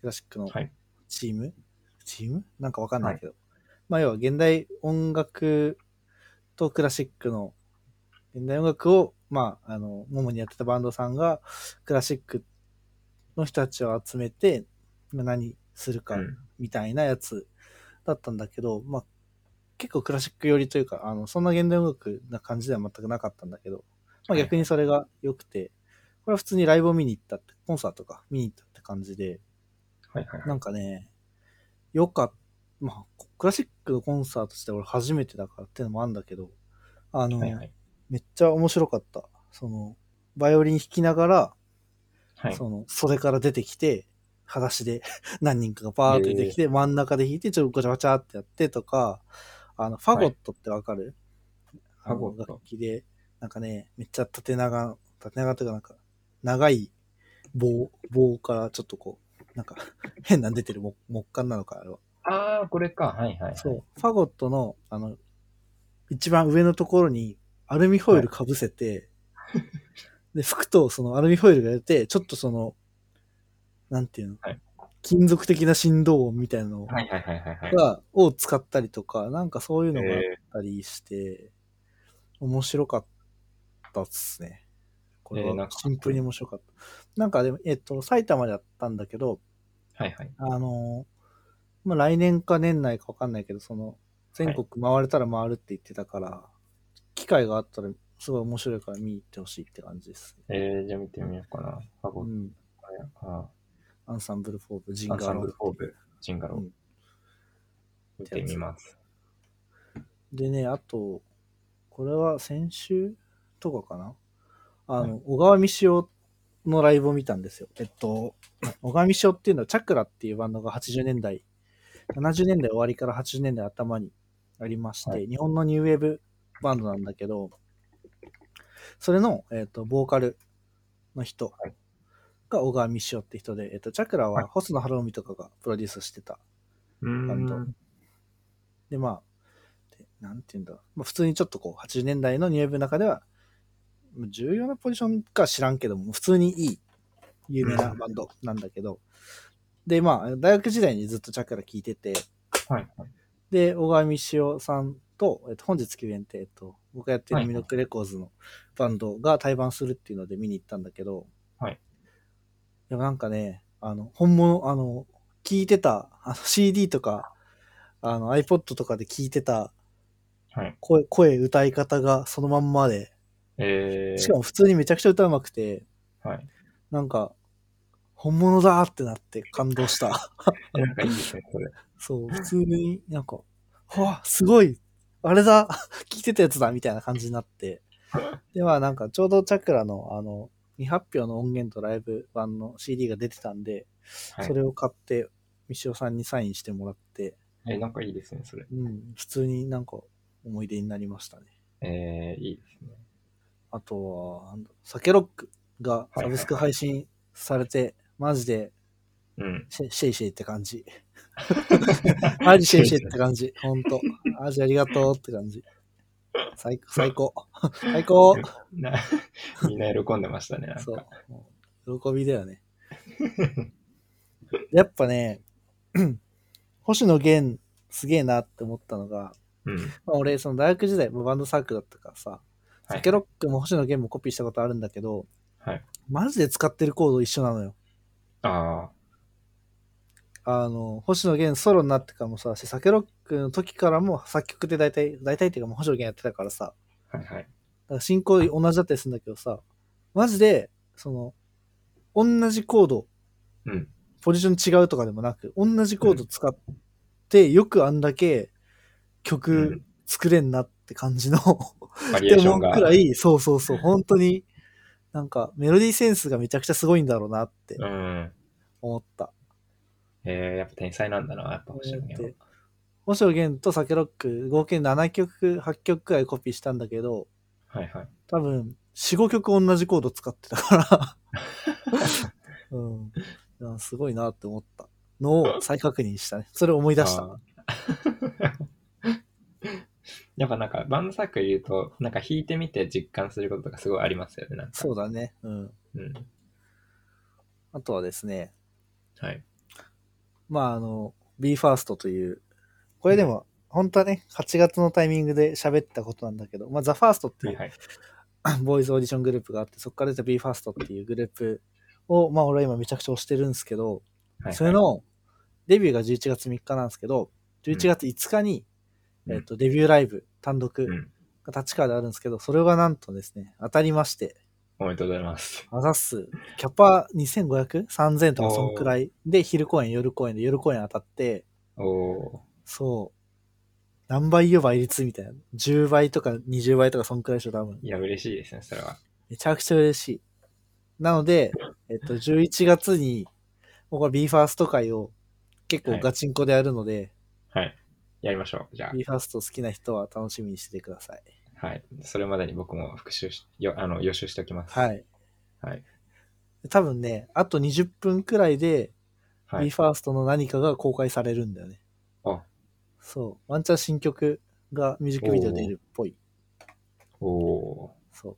[SPEAKER 2] クラシックの
[SPEAKER 1] はい。
[SPEAKER 2] チーム、チームなんかわかんないけど。まあ、要は現代音楽とクラシックの、現代音楽を、まあ、あの、主にやってたバンドさんが、クラシックの人たちを集めて、まあ何するか
[SPEAKER 1] うん
[SPEAKER 2] みたいなやつだったんだけど、まあ、結構クラシック寄りというか、あの、そんな現代音楽な感じでは全くなかったんだけど、まあ
[SPEAKER 1] はい
[SPEAKER 2] 逆にそれが良くて、これは普通にライブを見に行ったって、コンサートか、見に行ったって感じで、
[SPEAKER 1] はいはいはい。
[SPEAKER 2] なんかね、よかっまあ、クラシックのコンサートして俺初めてだからっていうのもあるんだけど、あの、
[SPEAKER 1] はいはい。
[SPEAKER 2] めっちゃ面白かった。その、バイオリン弾きながら、
[SPEAKER 1] はい。
[SPEAKER 2] その、袖から出てきて、裸足で 何人かがバーッと出てきて、真ん中で弾いて、ちょっとごちゃごちゃってやってとか、あの、ファゴットってわかる、
[SPEAKER 1] はいファゴット
[SPEAKER 2] あの楽器で、なんかね、めっちゃ縦長、縦長というかなんか、長い棒、棒からちょっとこう、なんか、 変なん出てる木木管なのか、あれは。
[SPEAKER 1] ああ、これか。はいはいはい。
[SPEAKER 2] そう。ファゴットの、あの、一番上のところにアルミホイルかぶせて、で、服とそのアルミホイルが出て、ちょっとその、なんていうの、
[SPEAKER 1] はい
[SPEAKER 2] 金属的な振動音みたいなの
[SPEAKER 1] はいはいはいはいはい。
[SPEAKER 2] が、を使ったりとか、なんかそういうのがあっ
[SPEAKER 1] え
[SPEAKER 2] たりして、面白かったっすね。これ
[SPEAKER 1] えーなん
[SPEAKER 2] は
[SPEAKER 1] か
[SPEAKER 2] シンプルに面白かった。なんかでも、えっと、埼玉でやったんだけど、
[SPEAKER 1] ーはいはい。
[SPEAKER 2] あのーまあ、来年か年内かわかんないけど、その、全国回れたら回るって言ってたから、機会があったら、すごい面白いから見に行ってほしいって感じです。
[SPEAKER 1] えー、じゃあ見てみようかな。ファ
[SPEAKER 2] う
[SPEAKER 1] ゴッ
[SPEAKER 2] ん。
[SPEAKER 1] トや。あー
[SPEAKER 2] アンサンブルフォーブ、ジン
[SPEAKER 1] ア
[SPEAKER 2] ガ
[SPEAKER 1] ンサ
[SPEAKER 2] ー
[SPEAKER 1] ン
[SPEAKER 2] ロ
[SPEAKER 1] ブ
[SPEAKER 2] ー
[SPEAKER 1] ルフォーブ、ジンガロー。
[SPEAKER 2] うん
[SPEAKER 1] 見てみます。
[SPEAKER 2] でね、あと、これは先週とかかなあの、小川美潮のライブを見たんですよ。えっと、 小川美潮っていうのは、チャクラっていうバンドが80年代、70年代終わりから80年代頭にありまして、
[SPEAKER 1] は
[SPEAKER 2] 日本のニューウェーブバンドなんだけど、それの、えっと、ボーカルの人
[SPEAKER 1] はい
[SPEAKER 2] が小川美潮って人で、えっと、チャクラは細野晴臣とかがプロデュースしてた
[SPEAKER 1] うーん。
[SPEAKER 2] バンドで、まあ、でなんていうんだろう。まあ、普通にちょっとこう、80年代のニューウェーブの中では、まあ重要なポジションか知らんけども、普通にいい、有名なバンドなんだけど、で、まあ、大学時代にずっとチャクラ聞いてて、
[SPEAKER 1] はいはい。
[SPEAKER 2] で、小川美潮さんと、えっと、本日休園って、えっと、僕がやってるミノックレコーズのバンドが対バンするっていうので見に行ったんだけど、
[SPEAKER 1] はい。
[SPEAKER 2] いや、なんかね、あの、本物、あの、聞いてた、あの CD とか、あの、iPod とかで聞いてた
[SPEAKER 1] はい。
[SPEAKER 2] 声、声、歌い方がそのまんまで、
[SPEAKER 1] えー、
[SPEAKER 2] しかも普通にめちゃくちゃ歌うまくて、
[SPEAKER 1] はい。
[SPEAKER 2] なんか、本物だーってなって感動 した。
[SPEAKER 1] えなんかいいですね、これ。
[SPEAKER 2] そう、普通になんか、わあ、すごいあれだ聞いてたやつだみたいな感じに なって。で、まあなんかちょうどチャクラのあの、未発表の音源とライブ版の CD が出てたんで、
[SPEAKER 1] はい
[SPEAKER 2] それを買って、みしおさんにサインしてもらって、
[SPEAKER 1] えなんかいいですね、それ。
[SPEAKER 2] うん、普通になんか思い出になりましたね。
[SPEAKER 1] えー、いいですね。
[SPEAKER 2] あとは、なんだサケロックが
[SPEAKER 1] いはい
[SPEAKER 2] サブスク配信されて、マジで
[SPEAKER 1] うん。
[SPEAKER 2] シェシェイシェイって 感じ。マジシェイシェイって感じ。ほんと。マジありがとうって感じ。最高、最高。最高
[SPEAKER 1] な みんな喜んでましたね、なん
[SPEAKER 2] そ
[SPEAKER 1] か。
[SPEAKER 2] う。もう喜びだよね。 やっぱね、 星野源すげえなって思ったのが、
[SPEAKER 1] うん。
[SPEAKER 2] まあ、俺、その大学時代、まあバンドサークルだったからさ、
[SPEAKER 1] はい
[SPEAKER 2] サケロックも星野源もコピーしたことあるんだけど、
[SPEAKER 1] はい
[SPEAKER 2] マジで使ってるコード一緒なのよ。
[SPEAKER 1] あ
[SPEAKER 2] あの、星野源ソロになってからもそうだし、サケロックの時からも作曲で大体、大体っていうかもう星野源やってたからさ、
[SPEAKER 1] あ、はいはい。
[SPEAKER 2] だから進行同じだったりするんだけどさ、マジで、その、同じコード、
[SPEAKER 1] うん。
[SPEAKER 2] ポジション違うとかでもなく、同じコード使って、よくあんだけ曲作れんなって感じの、
[SPEAKER 1] バリエ
[SPEAKER 2] で
[SPEAKER 1] ーショ
[SPEAKER 2] も
[SPEAKER 1] ンが。
[SPEAKER 2] くらい、そうそうそう、本当に、なんかメロディーセンスがめちゃくちゃすごいんだろうなって
[SPEAKER 1] うん。
[SPEAKER 2] 思った。
[SPEAKER 1] えー、やっぱ天才なんだな、やっぱ星野源は。
[SPEAKER 2] 星野源とサケロック合計7曲、8曲くらいコピーしたんだけど、
[SPEAKER 1] はいはい。
[SPEAKER 2] 多分、4、5曲同じコード使ってたから、うん。いやすごいなって思ったのを再確認したね。それを思い出した。
[SPEAKER 1] あー やっぱなんかバンドサークルいると、なんか弾いてみて実感することとかすごいありますよね、なんか。
[SPEAKER 2] そうだね。うん。
[SPEAKER 1] うん。
[SPEAKER 2] あとはですね、
[SPEAKER 1] はい。
[SPEAKER 2] まああの、BE:FIRST という、これでも、本当はね、8月のタイミングで喋ったことなんだけど、まあ THEFIRST って
[SPEAKER 1] はいいうはい。
[SPEAKER 2] ボーイズオーディショングループがあって、そこから出た BE:FIRST っていうグループを、まあ俺は今めちゃくちゃ推してるんですけど、
[SPEAKER 1] はい
[SPEAKER 2] それのデビューが11月3日なんですけど、11月5日に、
[SPEAKER 1] うん
[SPEAKER 2] えっと、デビューライブ単独
[SPEAKER 1] うん。
[SPEAKER 2] が立川であるんですけど、それがなんとですね、当たりまして、
[SPEAKER 1] おめでとうございます。
[SPEAKER 2] あざっす、キャパ 2500?3000 とかそんくらいで、昼公演、夜公演で、夜公演当たって、
[SPEAKER 1] おお
[SPEAKER 2] そう。何倍言えば倍率みたいな。10倍とか20倍とかそんくらいでしょ、多分。
[SPEAKER 1] ー。いや、嬉しいですね、それは。
[SPEAKER 2] めちゃくちゃ嬉しい。なので、えっと、11月に、僕は BE:FIRST 会を結構ガチンコでやるので、
[SPEAKER 1] はい。やりましょう。じゃ
[SPEAKER 2] BE:FIRST 好きな人は楽しみにしててください。
[SPEAKER 1] あ、はい。それまでに僕も復習し、よあの予習しておきます。
[SPEAKER 2] はい。
[SPEAKER 1] はい。
[SPEAKER 2] 多分ね、あと20分くらいで
[SPEAKER 1] はい
[SPEAKER 2] BE:FIRST の何かが公開されるんだよね。
[SPEAKER 1] あ、
[SPEAKER 2] そう。ワンチャン新曲がミュージックビデオ出るっぽい。
[SPEAKER 1] おお
[SPEAKER 2] そう。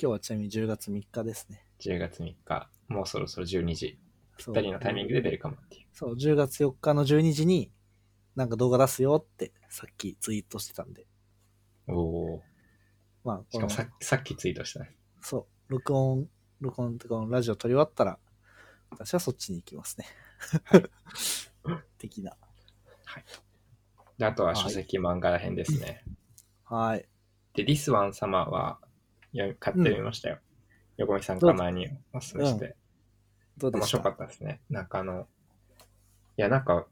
[SPEAKER 2] 今日はちなみに10月3日ですね。
[SPEAKER 1] ー。10月3日、もうそろそろ12時。
[SPEAKER 2] ぴ
[SPEAKER 1] ぴったりのタイミングで出るかもっていう。
[SPEAKER 2] そう、10月4日の12時に、なんか動画出すよって、さっきツイートしてたんで。
[SPEAKER 1] おお
[SPEAKER 2] まあ、
[SPEAKER 1] ー。し
[SPEAKER 2] こ
[SPEAKER 1] か
[SPEAKER 2] の
[SPEAKER 1] も、ささっきツイートしたね。
[SPEAKER 2] そう、録音、録音とかのラジオ撮り終わったら、私はそっちに行きますね。 的な。
[SPEAKER 1] であとは書籍漫画編ですね。
[SPEAKER 2] はい。
[SPEAKER 1] で、This One Summer は読み買ってみましたよ。横見さんが前におすすめして。
[SPEAKER 2] どうで
[SPEAKER 1] 面
[SPEAKER 2] しょ
[SPEAKER 1] 白
[SPEAKER 2] う
[SPEAKER 1] かったですね。なんかあの、いや、なんか、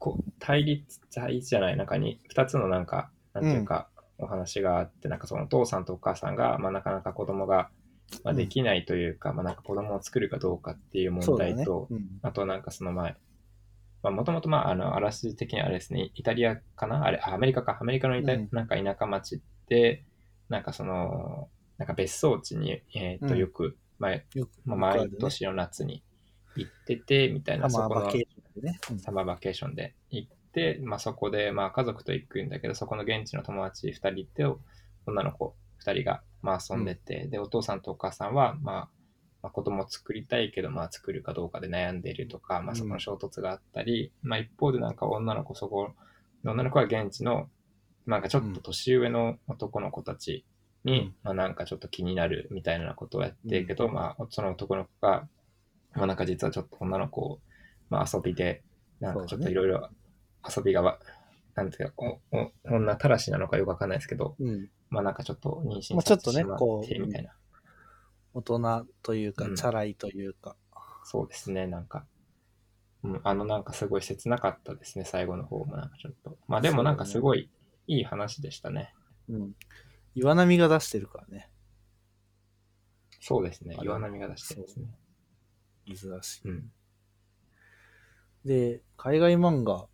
[SPEAKER 1] こう対立体じゃない中に、2つのなんか、なんていうか、お話があって、なんかそのお父さんとお母さんが、まあ、なかなか子供が、まあ、
[SPEAKER 2] うん
[SPEAKER 1] できないというか、まあ、なんか子供を作るかどうかっていう
[SPEAKER 2] そ
[SPEAKER 1] 問
[SPEAKER 2] うだ
[SPEAKER 1] 題
[SPEAKER 2] ね。
[SPEAKER 1] と、
[SPEAKER 2] うん。
[SPEAKER 1] あとなんかその前、まあ、もともとまあ、あの、あらすじ的にあれですね、イタリアかなあれ、あアメリカか、アメリカのイタ、
[SPEAKER 2] うん
[SPEAKER 1] なんか田舎町で、なんかその、なんか別荘地に、えっ、と、
[SPEAKER 2] うん
[SPEAKER 1] よく、前、
[SPEAKER 2] よく、
[SPEAKER 1] まあ、
[SPEAKER 2] よくあ
[SPEAKER 1] 毎
[SPEAKER 2] るね
[SPEAKER 1] 年の夏に行ってて、みたい
[SPEAKER 2] ハ
[SPEAKER 1] な、そ
[SPEAKER 2] マー
[SPEAKER 1] こ
[SPEAKER 2] バ
[SPEAKER 1] の
[SPEAKER 2] ケーションでね。うん
[SPEAKER 1] サマーバケーションで行って、まあ、そこで、まあ、家族と行くんだけど、そこの現地の友達2人と、女の子2人が、まあ、遊んでて、で、お父さんとお母さんは、まあ、まあ、子供を作りたいけど、まあ、作るかどうかで悩んでるとか、まあ、そこの衝突があったり、まあ、一方でなんか女の子、そこ、女の子は現地の、なんかちょっと年上の男の子たちに、
[SPEAKER 2] うん
[SPEAKER 1] まあ、なんかちょっと気になるみたいなことをやってるけど、
[SPEAKER 2] うん
[SPEAKER 1] まあ、その男の子が、まあ、なんか実はちょっと女の子を、まあ、遊びで、なんかちょっといろいろ遊びがわ、なんていうか、おお女たらしなのかよくわかんないですけど、
[SPEAKER 2] うん。
[SPEAKER 1] まあなんかちょっと妊娠
[SPEAKER 2] まあち
[SPEAKER 1] さ
[SPEAKER 2] ょっ
[SPEAKER 1] せ
[SPEAKER 2] と
[SPEAKER 1] て
[SPEAKER 2] ね
[SPEAKER 1] しまって
[SPEAKER 2] こう
[SPEAKER 1] みたいな。
[SPEAKER 2] 大人というか
[SPEAKER 1] う、ん
[SPEAKER 2] チャラいというか。
[SPEAKER 1] そうですね、なんか。うん、あのなんかすごい切なかったですね、最後の方もなんかちょっと。まあでもなんかすごいいい話でしたね。
[SPEAKER 2] うん。岩波が出してるからね。
[SPEAKER 1] そうですね
[SPEAKER 2] あ、れ
[SPEAKER 1] 岩波が出してるんですね。
[SPEAKER 2] 珍し
[SPEAKER 1] うん。
[SPEAKER 2] い。で、海外漫画。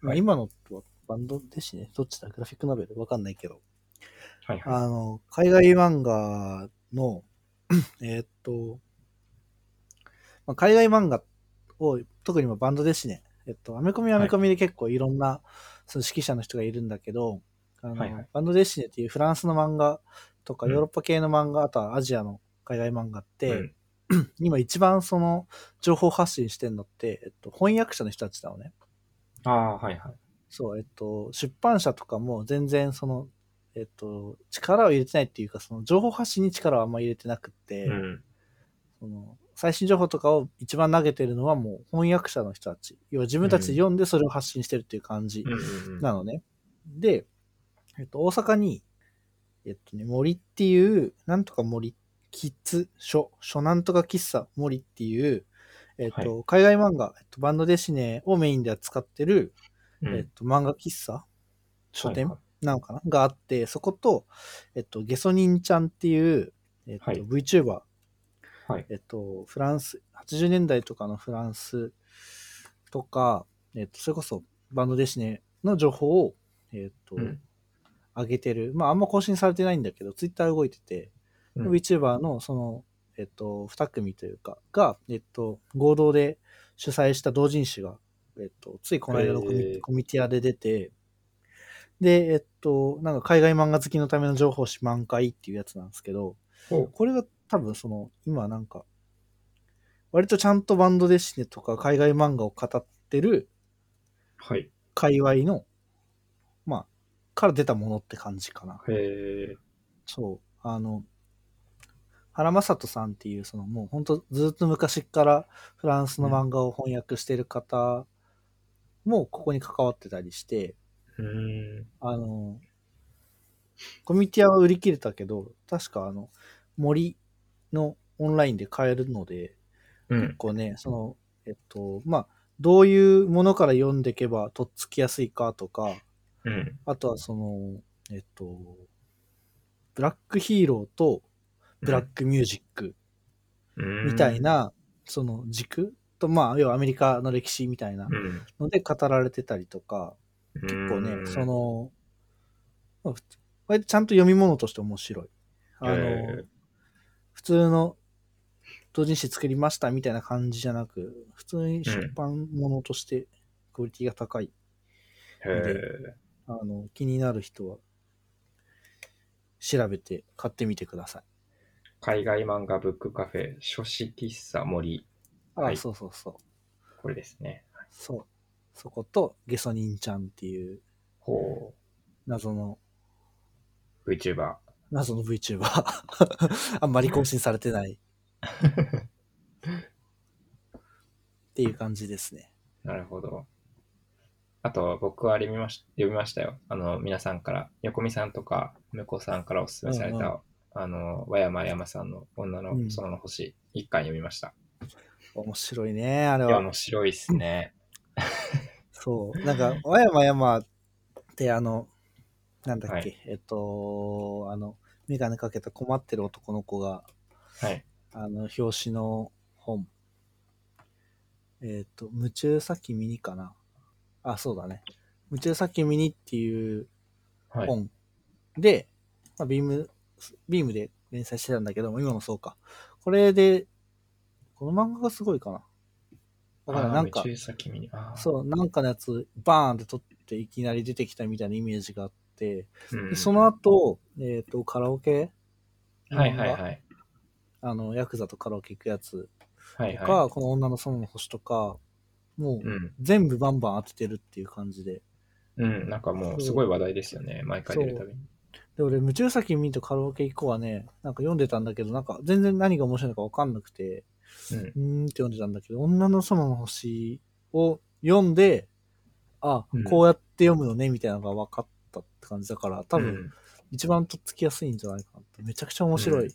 [SPEAKER 2] ま
[SPEAKER 1] は
[SPEAKER 2] あ
[SPEAKER 1] い
[SPEAKER 2] 今のはバンドですしね。どっちだグラフィックノベルわかんないけど。
[SPEAKER 1] はいはい。
[SPEAKER 2] あの、海外漫画の、 えーっと、まあ、海外漫画を、特に今バンドですね。えっと、アメコミはアメコミで結構いろんな、その指揮者の人がいるんだけど、あの
[SPEAKER 1] はいはい
[SPEAKER 2] バンドデシネっていうフランスの漫画とか
[SPEAKER 1] うん
[SPEAKER 2] ヨーロッパ系の漫画、あとはアジアの海外漫画って、
[SPEAKER 1] うん
[SPEAKER 2] 今一番その情報発信してるのって、えっと、翻訳者の人たちだよね。
[SPEAKER 1] ああ、はいはい。
[SPEAKER 2] そう、えっと、出版社とかも全然その、えっと、力を入れてないっていうか、その情報発信に力をあんま入れてなくって、
[SPEAKER 1] うん。
[SPEAKER 2] その最新情報とかを一番投げてるのはもう翻訳者の人たち。要は自分たちで読んでそれを発信してるっていう感じ
[SPEAKER 1] うんうんうん。
[SPEAKER 2] なのね。で、えっと、大阪に、えっとね、森っていう、なんとか森、キッズ、書、書なんとか喫茶、森っていう、えっと、海外漫画、えっと、バンドデシネをメインで扱ってる、
[SPEAKER 1] うん
[SPEAKER 2] えっと、漫画喫茶書店、
[SPEAKER 1] はい
[SPEAKER 2] なのかながあって、そこと、えっと、ゲソニンちゃんっていう、えっと、
[SPEAKER 1] はい
[SPEAKER 2] VTuber、
[SPEAKER 1] はい
[SPEAKER 2] えっと、フランス、80年代とかのフランスとか、えっと、それこそバンドデシネの情報を、えっと、
[SPEAKER 1] うん
[SPEAKER 2] 上げてる。まあ、あんま更新されてないんだけど、Twitter 動いてて、
[SPEAKER 1] うん
[SPEAKER 2] VTuber のその、えっと、2組というか、が、えっと、合同で主催した同人誌が、えっと、ついこの間のコミ,、
[SPEAKER 1] へー
[SPEAKER 2] コミティアで出て、で、えっと、なんか海外漫画好きのための情報誌満開っていうやつなんですけど、
[SPEAKER 1] ほ
[SPEAKER 2] これが多分その、今なんか、割とちゃんとバンドデシネとか海外漫画を語ってる
[SPEAKER 1] うはい。
[SPEAKER 2] 界隈の、まあ、から出たものって感じかな。
[SPEAKER 1] へ
[SPEAKER 2] そう、あの、原正人さんっていう、そのもう本当ずっと昔からフランスの漫画を翻訳してる方もここに関わってたりして、
[SPEAKER 1] ーうん。
[SPEAKER 2] あの、コミティアは売り切れたけど、確かあの、森のオンラインで買えるので、
[SPEAKER 1] うん。
[SPEAKER 2] こうね、その、えっと、まあ、どういうものから読んでいけばとっつきやすいかとか、
[SPEAKER 1] うん。
[SPEAKER 2] あとはその、えっと、ブラックヒーローとブラックミュージック
[SPEAKER 1] うん
[SPEAKER 2] みたい。な、その軸と、まあ、要はアメリカの歴史みたいな
[SPEAKER 1] うん。
[SPEAKER 2] ので語られてたりとか、
[SPEAKER 1] 結
[SPEAKER 2] 結構ね、そ、の、まあふつ割とちゃんと読み物として面白い。あの、
[SPEAKER 1] え
[SPEAKER 2] 普通の同人誌作りましたみたいな感じじゃなく、普通に出版物としてクオリティが高い。
[SPEAKER 1] ーへ
[SPEAKER 2] あの、気になる人は、調べて買ってみてください。
[SPEAKER 1] ー海外漫画ブックカフェ、書誌喫茶森、
[SPEAKER 2] あ、
[SPEAKER 1] はい
[SPEAKER 2] そうそうそう。
[SPEAKER 1] これですね。
[SPEAKER 2] そう。そこと、ゲソニンちゃんっていう
[SPEAKER 1] ほ
[SPEAKER 2] 謎の、
[SPEAKER 1] う、VTuber。
[SPEAKER 2] 謎の VTuber。あんまり更新されてない。っていう感じですね。
[SPEAKER 1] なるほど。あと、僕はあれ見まし読みましたよ。あの、皆さんから、横見さんとか、向こうさんからおすすめされた、
[SPEAKER 2] うんうん
[SPEAKER 1] あの、和山山さんの女の
[SPEAKER 2] うん
[SPEAKER 1] 空の星、一巻読みました。
[SPEAKER 2] 面白いね、あれ
[SPEAKER 1] いや、
[SPEAKER 2] は。
[SPEAKER 1] 面白いっすね。
[SPEAKER 2] そう。なんか、和山山って、あの、なんだっけ、
[SPEAKER 1] はい
[SPEAKER 2] えっと、あの、メガネかけた困ってる男の子が、
[SPEAKER 1] はい。
[SPEAKER 2] あの、表紙の本。えっ、と、夢中先ミニかな。あ、そうだね。夢中先ミニっていう
[SPEAKER 1] はい。
[SPEAKER 2] 本で、まあ、ビーム、ビームで連載してたんだけども、今もそうか。これで、この漫画がすごいかな。だからなんか
[SPEAKER 1] あー、夢中さ君に。あー
[SPEAKER 2] そう、なんかのやつ、バーンって撮っていきなり出てきたみたいなイメージがあって、
[SPEAKER 1] うん
[SPEAKER 2] でその後、えっ、と、カラオケ
[SPEAKER 1] はいはいはい。
[SPEAKER 2] あの、ヤクザとカラオケ行くやつ
[SPEAKER 1] はい
[SPEAKER 2] と
[SPEAKER 1] はい。
[SPEAKER 2] か、この女の園の星とか、もう
[SPEAKER 1] うん、
[SPEAKER 2] 全部バンバン当ててるっていう感じで。
[SPEAKER 1] うん、なんかもうすごい話題ですよね、毎回出るたびに。
[SPEAKER 2] で、俺、夢中先ミンとカラオケ行こうはね、なんか読んでたんだけど、なんか全然何が面白いのかわかんなくて、
[SPEAKER 1] うん
[SPEAKER 2] うーんって読んでたんだけど、女の園の星を読んで、あ
[SPEAKER 1] うん、
[SPEAKER 2] こうやって読むのね、みたいなのが分かったって感じだから、多
[SPEAKER 1] う
[SPEAKER 2] 分、
[SPEAKER 1] ん
[SPEAKER 2] 一番とっつきやすいんじゃないかなって。めちゃくちゃ面白
[SPEAKER 1] う
[SPEAKER 2] い。
[SPEAKER 1] ん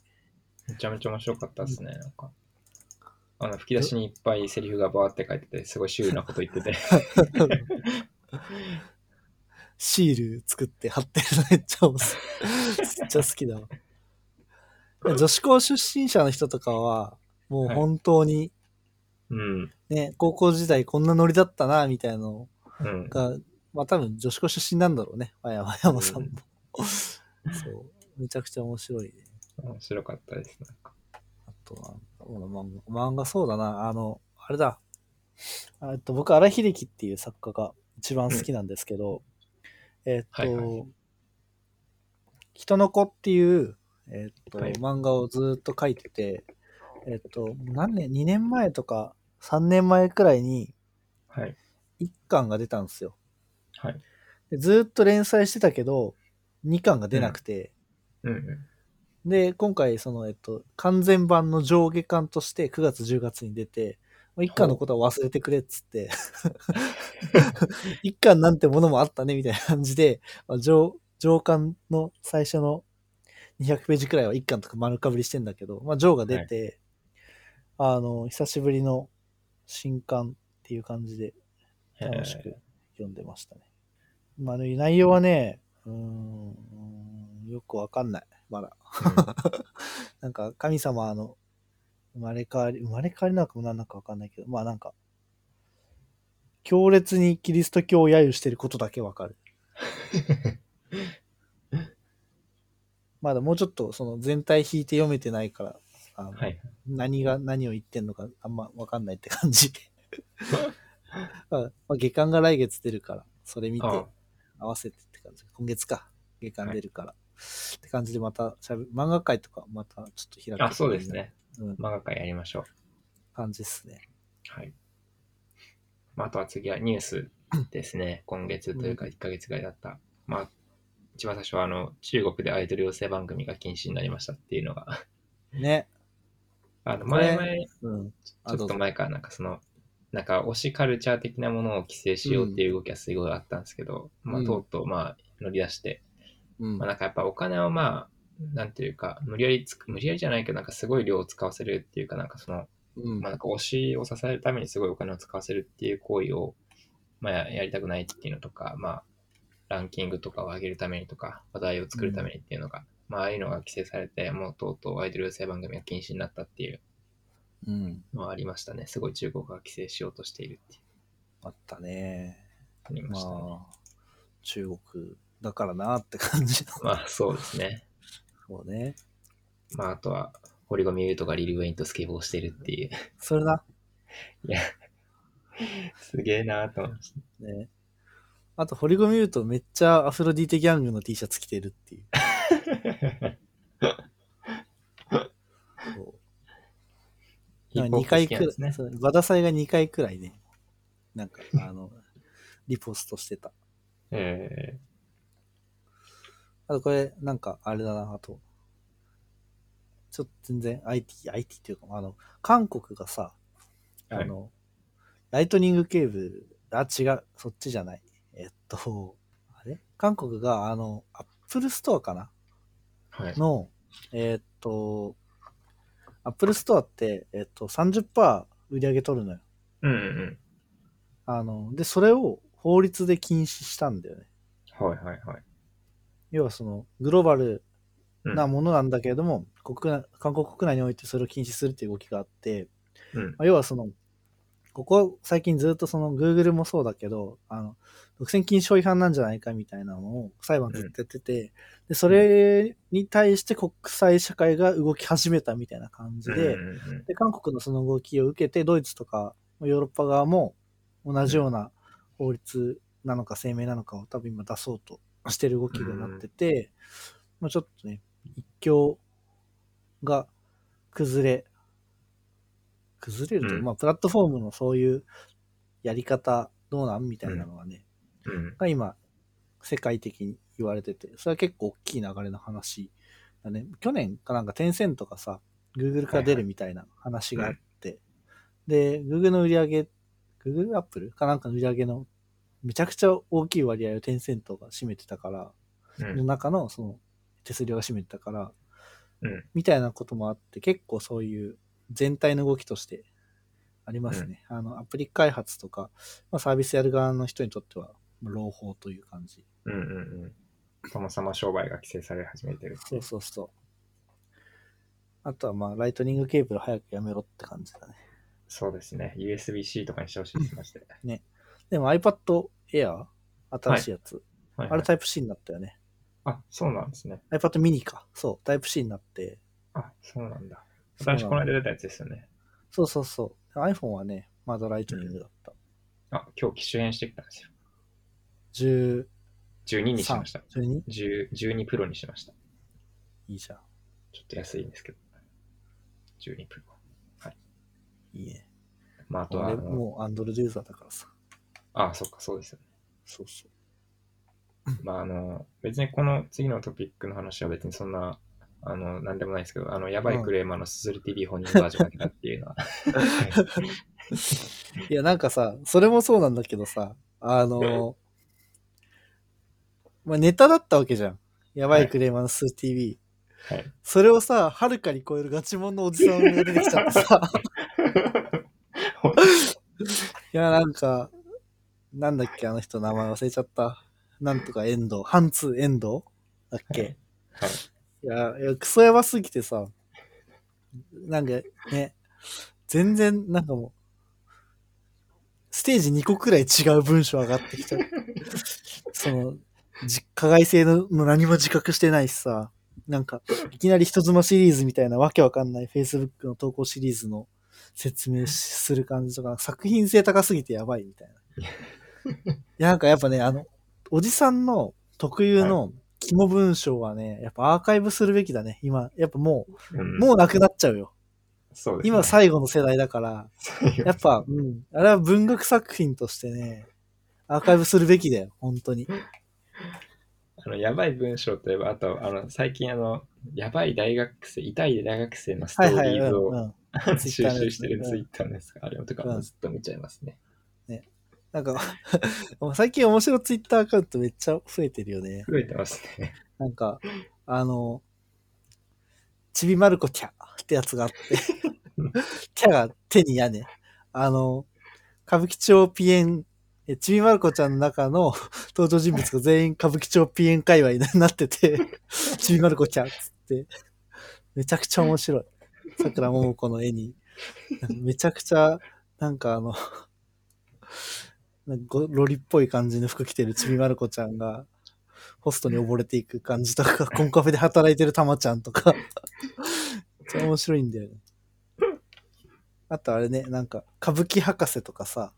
[SPEAKER 1] めちゃめちゃ面白かったですね、なんか。あの吹き出しにいっぱいセリフがバーって書いてて、すごいシュールなこと言って て。
[SPEAKER 2] シール作って貼ってるのめっちゃ面白いめっちゃ好きだわ。 女子校出身者の人とかは、もう本当に
[SPEAKER 1] うん。
[SPEAKER 2] ね、高校時代こんなノリだったな、みたいなの
[SPEAKER 1] うん。
[SPEAKER 2] が、まあ多分女子校出身なんだろうね。わやわやまさんも。そう。めちゃくちゃ面白いね。
[SPEAKER 1] 面白かったです、なんか。
[SPEAKER 2] あとは、ほら漫画、漫画そうだな。あの、あれだ。あえっと、僕、荒井秀樹っていう作家が一番好きなんですけど、えっと、
[SPEAKER 1] はいは
[SPEAKER 2] 人の子っていう、えっと、
[SPEAKER 1] はい
[SPEAKER 2] 漫画をずっと書いてて、えっと、何年、2年前とか3年前くらいに
[SPEAKER 1] はい。
[SPEAKER 2] 1巻が出たんですよ。
[SPEAKER 1] はい。
[SPEAKER 2] でずっと連載してたけど、 2巻が出なくて、
[SPEAKER 1] うんうん。
[SPEAKER 2] で、今回、その、えっと、完全版の上下巻として9月10月に出て、1巻のことは忘れてくれっつ って、1巻なんてものもあったねみたいな感じで、まあ上、上巻の最初の200ページくらいは1巻とか丸かぶりしてんだけど、まあ、上が出て、あの、久しぶりの新刊っていう感じで、楽しく読んでましたね。まあ、ね内容はね、うーん、よくわかんない、まだ。 なんか、神様の生まれ変わり、生まれ変わりなのかもなんなのかわかんないけど、まあなんか、強烈にキリスト教を揶揄してることだけわかる。まだもうちょっとその全体引いて読めてないから、あの
[SPEAKER 1] うんはい。
[SPEAKER 2] 何が何を言ってんのかあんまわかんないって 感じ。まあ、まあ下巻が来月出るから、それ見て
[SPEAKER 1] あ
[SPEAKER 2] 合わせてって感じ。今月か、下巻出るから。って感じでまたしゃべ、漫画界とかまたちょっと開く
[SPEAKER 1] あ、あそうです。ね。
[SPEAKER 2] うん、
[SPEAKER 1] 漫画界やりましょう。
[SPEAKER 2] 感じですね。
[SPEAKER 1] はい。まあ、あとは次はニュースですね。今月というか1ヶ月ぐらいだった。まあ、一番最初はあの中国でアイドル養成番組が禁止になりましたっていうのが、
[SPEAKER 2] ね。
[SPEAKER 1] あの
[SPEAKER 2] これ
[SPEAKER 1] 前々、ち
[SPEAKER 2] うん。あ、
[SPEAKER 1] ょ
[SPEAKER 2] ど
[SPEAKER 1] っ
[SPEAKER 2] う
[SPEAKER 1] と
[SPEAKER 2] ぞ。
[SPEAKER 1] 前からなんかその、なんか推しカルチャー的なものを規制しようっていう動きはすごいあったんですけど、
[SPEAKER 2] ん
[SPEAKER 1] ま
[SPEAKER 2] う
[SPEAKER 1] あ、
[SPEAKER 2] ん
[SPEAKER 1] とうとうまあ乗り出して、
[SPEAKER 2] うん
[SPEAKER 1] まあ、なんかやっぱお金をまあ、なんていうか、無理やりつく、無理やりじゃないけど、なんかすごい量を使わせるっていうか、なんかその、
[SPEAKER 2] うん
[SPEAKER 1] まあ、なんか推しを支えるためにすごいお金を使わせるっていう行為を、まあ、ややりたくないっていうのとか、まあ、ランキングとかを上げるためにとか、話題を作るためにっていうのが、まあ、ああいうのが規制されて、もうとうとうアイドル養成番組が禁止になったっていう
[SPEAKER 2] うん。
[SPEAKER 1] のはありましたね。すごい中国が規制しようとしているっていう
[SPEAKER 2] あったね。
[SPEAKER 1] ありま
[SPEAKER 2] ま
[SPEAKER 1] したね。
[SPEAKER 2] あ、中国だからなって感じの。
[SPEAKER 1] まあ、そうですね。
[SPEAKER 2] そうね。
[SPEAKER 1] まあ、あとは、堀米優斗がリリー・ウェインとスケボーしてるっていう。
[SPEAKER 2] それな。
[SPEAKER 1] いや、 すげえなと思いました。
[SPEAKER 2] ね。あと、堀米言うとめっちゃアフロディーテギャングの T シャツ着てるっ ていう。そう
[SPEAKER 1] ヒップホップ好
[SPEAKER 2] 2
[SPEAKER 1] き
[SPEAKER 2] 回く
[SPEAKER 1] な
[SPEAKER 2] ら
[SPEAKER 1] ん
[SPEAKER 2] い、
[SPEAKER 1] ですね。
[SPEAKER 2] そうバダサイが2回くらいね、なんか、あの、リポストしてた。
[SPEAKER 1] え
[SPEAKER 2] あとこれ、なんか、あれだな、あと。ちょっと全然 IT、IT っていうか、あの、韓国がさ、
[SPEAKER 1] ーは
[SPEAKER 2] あ
[SPEAKER 1] い
[SPEAKER 2] の、ライトニングケーブル、あ、違う、そっちじゃない。えっと、あれ韓国が、あの、アップルストアかな
[SPEAKER 1] はい。
[SPEAKER 2] の、えっと、アップルストアって、えっと、30%売り上げ取るのよ。
[SPEAKER 1] うんうん
[SPEAKER 2] あの、で、それを法律で禁止したんだよね。
[SPEAKER 1] うん。はいはいはい。
[SPEAKER 2] 要はその、グローバル
[SPEAKER 1] うん
[SPEAKER 2] なものなんだけれども、国内韓国国内においてそれを禁止するっていう動きがあって、
[SPEAKER 1] うん
[SPEAKER 2] まあ、要はその、ここ最近ずっとその Google もそうだけど、あの、独占禁止法違反なんじゃないかみたいなのを裁判ずっとやってて、で、それに対して国際社会が動き始めたみたいな感じで、
[SPEAKER 1] うんうんうん
[SPEAKER 2] で、韓国のその動きを受けて、ドイツとかヨーロッパ側も同じような法律なのか声明なのかを多分今出そうとしてる動きがなってて、まあちょっとね、一強が崩れ、崩れるというか、
[SPEAKER 1] うん
[SPEAKER 2] まあプラットフォームのそういうやり方どうなんみたいなのがね、
[SPEAKER 1] うん
[SPEAKER 2] が今、世界的に言われてて、それは結構大きい流れの話だね。去年かなんか、テンセントがさ、Google から出るみたいな話があって、で、Google の売り上げ、Google アップルかなんかの売り上げのめちゃくちゃ大きい割合をテンセントが占めてたから、
[SPEAKER 1] うん
[SPEAKER 2] の中のその手数料が占めてたから、
[SPEAKER 1] うん
[SPEAKER 2] みたいなこともあって、結構そういう全体の動きとしてありますね。あの、アプリ開発とか、まあ、サービスやる側の人にとっては、まあ朗報という感じ。
[SPEAKER 1] うんうんうん。そもそも商売が規制され始めてるって
[SPEAKER 2] そ
[SPEAKER 1] いう
[SPEAKER 2] そうそう。あとはまあ、ライトニングケーブル早くやめろって感じだね。
[SPEAKER 1] そうですね。USB-C とかにしてほしいって言ってまして。
[SPEAKER 2] でも iPad Air? 新しいやつ。
[SPEAKER 1] はい
[SPEAKER 2] あ
[SPEAKER 1] はい
[SPEAKER 2] れタイプ C になったよね。
[SPEAKER 1] あ、そうなんですね。
[SPEAKER 2] iPad mini か。そう、タイプ C になって。
[SPEAKER 1] あ、そうなんだ。
[SPEAKER 2] そうなの
[SPEAKER 1] 私、この間出たやつですよね。
[SPEAKER 2] そうそうそう。iPhone はね、まだライトニングだった。
[SPEAKER 1] あ、今日機種変してきたんですよ。
[SPEAKER 2] 10、
[SPEAKER 1] 12にしました。
[SPEAKER 2] 12?
[SPEAKER 1] 10 12プロにしました。
[SPEAKER 2] いいじゃん。
[SPEAKER 1] ちょっと安いんですけど。12プロ。
[SPEAKER 2] いいね。
[SPEAKER 1] まあ、あとはあ
[SPEAKER 2] 俺
[SPEAKER 1] の、
[SPEAKER 2] もうアンドロイドユーザーだからさ。
[SPEAKER 1] あ、そっか、そうですよね。
[SPEAKER 2] そうそう。
[SPEAKER 1] まああの、別にこの次のトピックの話は別にそんな、あの、なんでもないですけど、あの、やばいクレーマーのすずり TV 本人バージョンだけだっていうの は。
[SPEAKER 2] いや、なんかさ、それもそうなんだけどさ、あの、まあ、ネタだったわけじゃん。やばいクレーマーのスー TV。
[SPEAKER 1] はい。
[SPEAKER 2] それをさ、はるかに超えるガチモンのおじさんが出てきちゃっ てさ、いや、なんか、なんだっけ、あの人名前忘れちゃった。なんとか遠藤、ハンツ遠藤だっけ。
[SPEAKER 1] はい。
[SPEAKER 2] いや、いや、クソやばすぎてさ、なんかね、全然、なんかもう、ステージ2個くらい違う文章上がってきちゃ う。その、じ加害性のの何も自覚してないしさ、なんか、いきなり人妻シリーズみたいなわけわかんない Facebook の投稿シリーズの説明しする感じとか、作品性高すぎてやばいみたいな。 いや、なんかやっぱね、あの、おじさんの特有の肝文章はね、やっぱアーカイブするべきだね、今。やっぱもう、
[SPEAKER 1] うん
[SPEAKER 2] もうなくなっちゃうよ。
[SPEAKER 1] そうですね、
[SPEAKER 2] 今最後の世代だから、
[SPEAKER 1] 後
[SPEAKER 2] やっぱ、うん、あれは文学作品としてね、アーカイブするべきだよ、本当に。
[SPEAKER 1] あの、やばい文章といえば、あと、あの、最近、あの、やばい大学生、痛い大学生のスト
[SPEAKER 2] はい
[SPEAKER 1] ー
[SPEAKER 2] はい、
[SPEAKER 1] リ
[SPEAKER 2] う
[SPEAKER 1] ーズを、
[SPEAKER 2] ん、うん。
[SPEAKER 1] あの収
[SPEAKER 2] Twitter のやつね
[SPEAKER 1] 集してるツイッターのやつがあれとか、
[SPEAKER 2] うん
[SPEAKER 1] ずっと見ちゃいますね。
[SPEAKER 2] なんか、 最近面白いツイッターアカウントめっちゃ増えてるよね。
[SPEAKER 1] 増えてますね。
[SPEAKER 2] なんか、あの、ちびまる子キャってやつがあって、キャが手に屋根。あの、歌舞伎町ピエン、えちびまる子ちゃんの中の登場人物が全員歌舞伎町ピエン界隈になってて、ちびまる子キャっつって、めちゃくちゃ面白い。さくらももこの絵に。なんかめちゃくちゃ、なんかあの、なんかごロリっぽい感じの服着てるちびまる子ちゃんが、ホストに溺れていく感じとか、コンカフェで働いてるたまちゃんとか、 めっちゃ面白いんだよね。あとあれね、なんか、歌舞伎博士とかさ、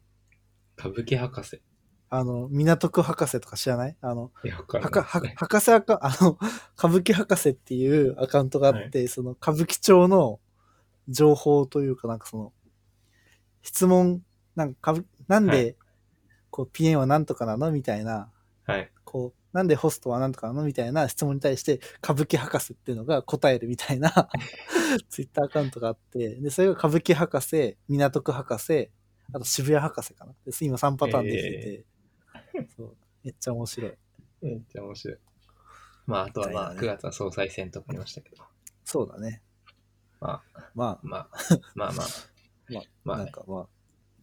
[SPEAKER 1] 歌舞伎博士。
[SPEAKER 2] あの、港区博士とか知らないあの、
[SPEAKER 1] いやわか
[SPEAKER 2] は
[SPEAKER 1] んない
[SPEAKER 2] かは博士アカ、 あの、歌舞伎博士っていうアカウントがあって、その歌舞伎町の情報というか、なんかその、質問、なんか歌舞、なんで、
[SPEAKER 1] は
[SPEAKER 2] こう、ピエンはなんとかなのみたいな、
[SPEAKER 1] はい。
[SPEAKER 2] こう、なんでホストはなんとかなのみたいな質問に対して、歌舞伎博士っていうのが答えるみたい なツイッターアカウントがあって、で、それが歌舞伎博士、港区博士、あと渋谷博士かな。で今3パターンできてて、そう、めっちゃ面白い。
[SPEAKER 1] めっちゃ面白い。まあ、あとはまあ、
[SPEAKER 2] み
[SPEAKER 1] 9
[SPEAKER 2] たいなね
[SPEAKER 1] 月は総裁選とかありましたけど。
[SPEAKER 2] そうだね。
[SPEAKER 1] まあ、
[SPEAKER 2] まあ、
[SPEAKER 1] まあ、まあまあ。まあ
[SPEAKER 2] な
[SPEAKER 1] ね
[SPEAKER 2] んかまあ、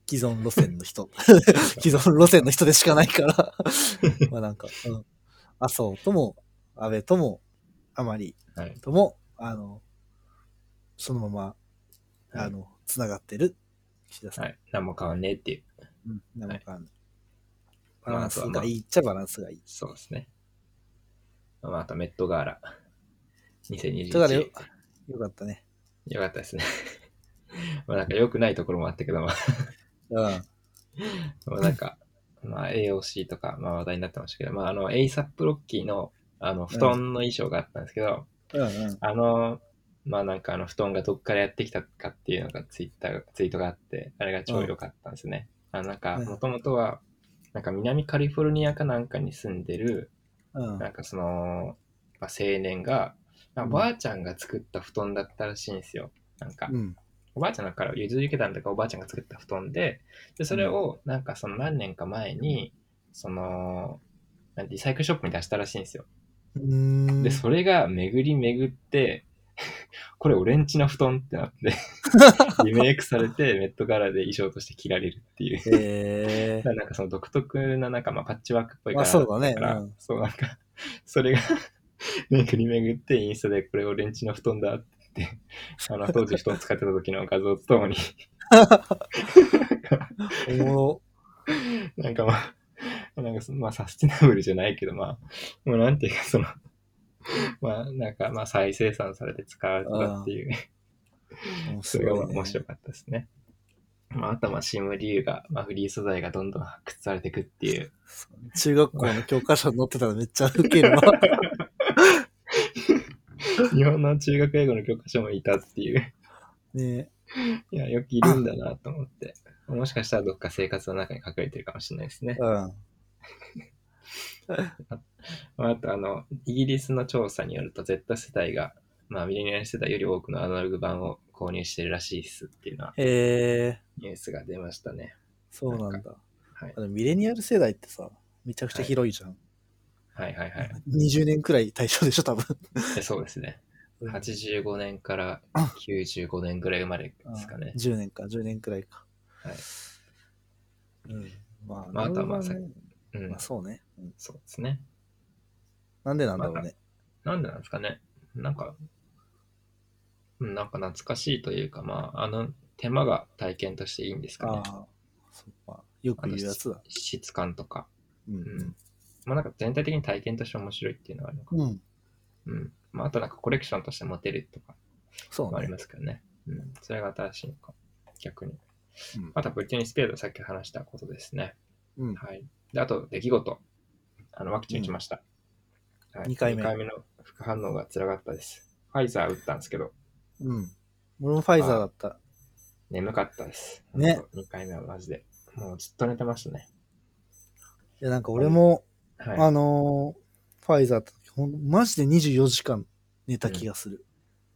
[SPEAKER 2] 既存路線 の人、既存路線の人でしかないから、まあなんか、うん。麻生とも、安倍とも、あまり
[SPEAKER 1] はい。
[SPEAKER 2] とも、あの、そのまま、
[SPEAKER 1] はい
[SPEAKER 2] あの、つながってる、岸田さん。
[SPEAKER 1] はい。何も変わんねえっていう。
[SPEAKER 2] うん、なんかあのバ
[SPEAKER 1] はい
[SPEAKER 2] ランスがいいっちゃバランスがいい。
[SPEAKER 1] そうですね。まあ、あと、メットガーラ。2021。
[SPEAKER 2] だからよよかったね。
[SPEAKER 1] よかったですね。 まあなんか良くないところもあったけど、まあ、
[SPEAKER 2] うん。
[SPEAKER 1] まあなんか、 まあ AOC とか、まあ話題になってましたけど、まああの ASAP ロッキーのあの布団の衣装があったんですけど、
[SPEAKER 2] うんうん。
[SPEAKER 1] あの、まあなんかあの布団がどっからやってきたかっていうのがツイッター、ツイートがあって、あれが超良かったんですね。あのなんか、
[SPEAKER 2] うん
[SPEAKER 1] もともとは、なんか南カリフォルニアかなんかに住んでる、
[SPEAKER 2] うん。
[SPEAKER 1] なんかその、まあ、青年が、まあばあちゃんが作った布団だったらしいんですよ。なんか、
[SPEAKER 2] うん。
[SPEAKER 1] おばあちゃんから譲り受けたんだかおばあちゃんが作った布団で、でそれをなんかその何年か前に、その、なんてリサイクルショップに出したらしいんですよ。
[SPEAKER 2] うーん
[SPEAKER 1] で、それが巡り巡って、 これ俺んちの布団ってな って、リメイクされて、メット柄で衣装として着られるっていう。
[SPEAKER 2] へえ
[SPEAKER 1] なんかその独特ななんかまあパッチワークっぽいか
[SPEAKER 2] まあ
[SPEAKER 1] ら、
[SPEAKER 2] そうだね
[SPEAKER 1] から
[SPEAKER 2] うん
[SPEAKER 1] そうなんか、それが 巡り巡ってインスタでこれ俺んちの布団だって言って、あの当時布団使ってた時の画像とともに、
[SPEAKER 2] ー、おもろ。
[SPEAKER 1] なんかまあ、なんかそのまあサスティナブルじゃないけど、まあ、もうなんていうかその、まあなんかまあ再生産されて使われたっていう、
[SPEAKER 2] 面
[SPEAKER 1] それがまあ
[SPEAKER 2] ね
[SPEAKER 1] 面白かったですね。まあ、あとはまあ CM 理由が、まあ、フリー素材がどんどん発掘されていくっていう、
[SPEAKER 2] 中学校の教科書に載ってたらめっちゃウケる わ。
[SPEAKER 1] 日本の中学英語の教科書もいたっていう、
[SPEAKER 2] ね
[SPEAKER 1] いや、よくいるんだなと思って、もしかしたらどっか生活の中に隠れてるかもしれないですね。
[SPEAKER 2] うん。
[SPEAKER 1] まあ、あとあの、イギリスの調査によると Z 世代が、まあ、ミレニアル世代より多くのアナログ版を購入してるらしいっすっていうのは
[SPEAKER 2] えー、
[SPEAKER 1] ニュースが出ましたね。
[SPEAKER 2] そうなん
[SPEAKER 1] な
[SPEAKER 2] だ。
[SPEAKER 1] んはい
[SPEAKER 2] あ。のミレニアル世代ってさ、めちゃくちゃ広いじゃん。
[SPEAKER 1] はいはいはい。
[SPEAKER 2] 20年くらい対象でしょ、多分。
[SPEAKER 1] でそうですね。
[SPEAKER 2] うん
[SPEAKER 1] 85年から95年ぐらい生まれですかね
[SPEAKER 2] あ。10年か、10年くらいか。
[SPEAKER 1] はい。
[SPEAKER 2] うん。まあ、
[SPEAKER 1] まああとはまあ
[SPEAKER 2] なるほどね
[SPEAKER 1] うん
[SPEAKER 2] まあ、、そうね、うん
[SPEAKER 1] そうですね。
[SPEAKER 2] なんでなんだろうね。
[SPEAKER 1] なんでなんですかね。なんか、うんなんか懐かしいというか、まあ、あの手間が体験としていいんですか
[SPEAKER 2] あ
[SPEAKER 1] ね
[SPEAKER 2] あ。、そうか。よく言うやつだ。
[SPEAKER 1] 質感とか。
[SPEAKER 2] う
[SPEAKER 1] うん
[SPEAKER 2] ん。。
[SPEAKER 1] まあなんか全体的に体験として面白いっていうのはあるのか。
[SPEAKER 2] うん。
[SPEAKER 1] うん。まああとなんかコレクションとして持てるとか
[SPEAKER 2] そう
[SPEAKER 1] もあり
[SPEAKER 2] ね。
[SPEAKER 1] ますけどね。うん。それが新しいのか。逆に。
[SPEAKER 2] うん
[SPEAKER 1] あとはブリテニー・スピアーズさっき話したことですね。
[SPEAKER 2] うん。
[SPEAKER 1] はい。で、あと、出来事。あの、ワクチン打ちました。はい
[SPEAKER 2] 二回目
[SPEAKER 1] 二の副反応が辛かったです。ファイザー打ったんですけど、
[SPEAKER 2] うん。俺もファイザーだった。
[SPEAKER 1] 眠かったです。
[SPEAKER 2] ね
[SPEAKER 1] 2回目はマジで。もうずっと寝てましたね。
[SPEAKER 2] いや、なんか俺も、
[SPEAKER 1] は
[SPEAKER 2] あのーファイザーって、ほんマジで24時間寝た気がする。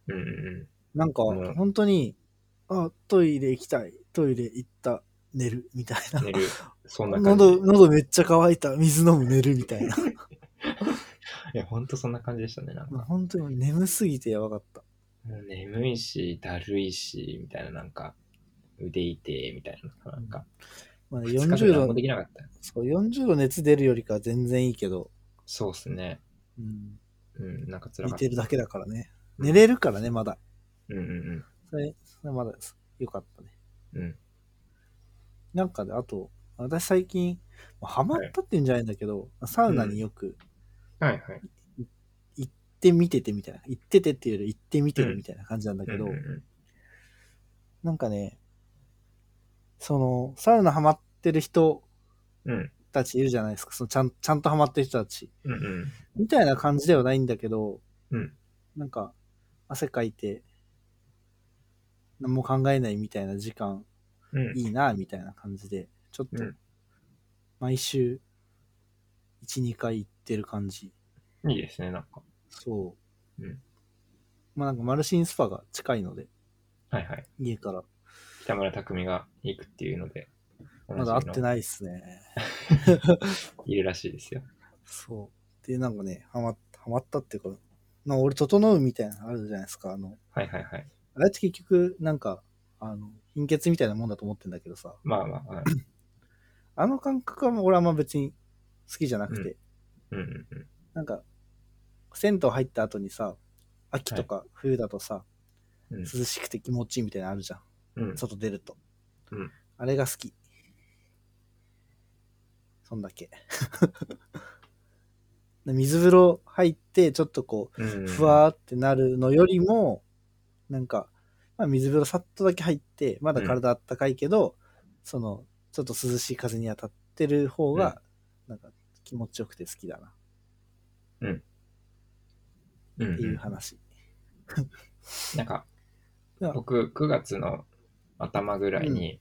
[SPEAKER 1] い。うんうん
[SPEAKER 2] なんか
[SPEAKER 1] うん、
[SPEAKER 2] 本当に、あ、トイレ行きたい、トイレ行った、寝る、みたいな
[SPEAKER 1] うん。。寝 る。そんな感じ。
[SPEAKER 2] 喉、喉めっちゃ乾いた、水飲む、寝る、みたいな。
[SPEAKER 1] いや、ほんとそんな感じでしたね。なんか、
[SPEAKER 2] 本当に眠すぎてやばかった。
[SPEAKER 1] もう眠いし、だるいし、みたいな、なんか、腕いて、みたいな。なんか、
[SPEAKER 2] まあ、
[SPEAKER 1] 二日間
[SPEAKER 2] 40
[SPEAKER 1] 何も
[SPEAKER 2] 度
[SPEAKER 1] で、きなかった。
[SPEAKER 2] そう、40度熱出るよりかは全然いいけど、
[SPEAKER 1] そうっすね。
[SPEAKER 2] うん、
[SPEAKER 1] うん、なんか辛
[SPEAKER 2] 寝
[SPEAKER 1] かった
[SPEAKER 2] て。るだけだからね。寝れるからね、まだ。
[SPEAKER 1] うんうん
[SPEAKER 2] それ、それまだです。よかったね。
[SPEAKER 1] うん。うん。
[SPEAKER 2] なんかで、あと、私最近、まあハマったっていうんじゃないんだけど、サウナによく
[SPEAKER 1] はいはい。
[SPEAKER 2] 行ってみててみたいな、行っててっていうより行ってみてるみたいな感じなんだけど、
[SPEAKER 1] うんうんうん
[SPEAKER 2] なんかね、その、サウナハマってる人
[SPEAKER 1] うん。
[SPEAKER 2] たちいるじゃないですか、そのちゃんちゃんとハマってる人たち。
[SPEAKER 1] うんうん。
[SPEAKER 2] みたいな感じではないんだけど、
[SPEAKER 1] うん。
[SPEAKER 2] なんか、汗かいて、何も考えないみたいな時間、
[SPEAKER 1] うん
[SPEAKER 2] いいな、みたいな感じで、ちょっと
[SPEAKER 1] うん、
[SPEAKER 2] 毎週、1、2回行ってる感じ。
[SPEAKER 1] いいですね、なんか。
[SPEAKER 2] そう。
[SPEAKER 1] うん
[SPEAKER 2] まあなんか、マルシンスパが近いので、
[SPEAKER 1] はいはい。
[SPEAKER 2] 家から。
[SPEAKER 1] 北村匠海が行くっていうので、
[SPEAKER 2] まだ会って
[SPEAKER 1] い。
[SPEAKER 2] ないっすね。
[SPEAKER 1] いるらしいですよ。
[SPEAKER 2] そう。で、なんかね、ハマった、ハマったっていうか、なんか俺、整うみたいなのあるじゃないですか。あの、
[SPEAKER 1] はいはいはい。
[SPEAKER 2] あれって結局、なんか、あの、貧血みたいなもんだと思ってんだけどさ、
[SPEAKER 1] まあまあ、はい
[SPEAKER 2] あの感覚はもう俺はあんま別に好きじゃなくて、
[SPEAKER 1] うんうんうん。
[SPEAKER 2] なんか、銭湯入った後にさ、秋とか冬だとさ、
[SPEAKER 1] うん
[SPEAKER 2] 涼しくて気持ちいいみたいなのあるじゃん。
[SPEAKER 1] うん、
[SPEAKER 2] 外出ると。
[SPEAKER 1] うん
[SPEAKER 2] あれが好き。そんだけ。 で水風呂入って、ちょっとこ
[SPEAKER 1] うんうんう
[SPEAKER 2] う、
[SPEAKER 1] ん
[SPEAKER 2] ふわーってなるのよりも、なんか、まあ、水風呂さっとだけ入って、まだ体あったかいけど、その、ちょっと涼しい風に当たってる方が、なんか気持ちよくて好きだな、
[SPEAKER 1] うんうん
[SPEAKER 2] っていう話。
[SPEAKER 1] なんか
[SPEAKER 2] では、
[SPEAKER 1] 僕、9月の頭ぐらいに、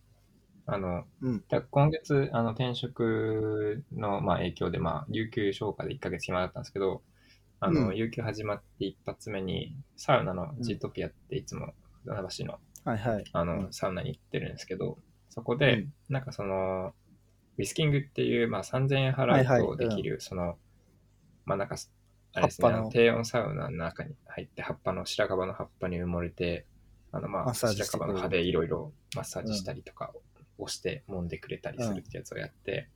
[SPEAKER 1] あの、
[SPEAKER 2] うん。
[SPEAKER 1] だ今月、あの、転職の、まあ、影響で、まあ、有給消化で1ヶ月暇だったんですけど、あの、
[SPEAKER 2] うん
[SPEAKER 1] 有給始まって一発目に、サウナのジートピアっていつも、船橋の
[SPEAKER 2] はいはい。
[SPEAKER 1] あ
[SPEAKER 2] う
[SPEAKER 1] の、
[SPEAKER 2] ん
[SPEAKER 1] サウナに行ってるんですけど、そこで、
[SPEAKER 2] うん
[SPEAKER 1] なんかその、ウィスキングっていう、まあ、3000円払うとできる、その、まあ、なんか、あれですね、
[SPEAKER 2] 葉っぱ
[SPEAKER 1] あ
[SPEAKER 2] の
[SPEAKER 1] の低温サウナの中に入って、葉っぱの、白樺の葉っぱに埋もれて、あの、ま
[SPEAKER 2] マ
[SPEAKER 1] あ、
[SPEAKER 2] ッサージ
[SPEAKER 1] 白
[SPEAKER 2] してく
[SPEAKER 1] 樺
[SPEAKER 2] れる
[SPEAKER 1] の葉でいろいろマッサージしたりとかをして、揉んでくれたりするってやつをやって、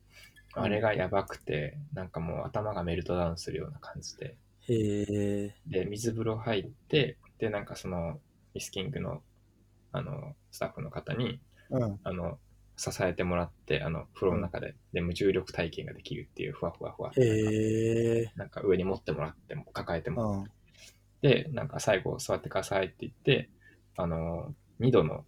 [SPEAKER 2] うん
[SPEAKER 1] あれがやばくて、なんかもう頭がメルトダウンするような感じで、
[SPEAKER 2] へえ。
[SPEAKER 1] で、水風呂入って、で、なんかその、ウィスキングの、あの、スタッフの方に、
[SPEAKER 2] うん。
[SPEAKER 1] あの、支えてもらって、あの、風呂の中で、で無重力体験ができるっていう、ふわふわふわってなんか、
[SPEAKER 2] へえ。
[SPEAKER 1] なんか上に持ってもらっても、抱えて
[SPEAKER 2] う
[SPEAKER 1] も
[SPEAKER 2] ん。
[SPEAKER 1] らって、なんか最後、座ってくださいって言って、あの、2度の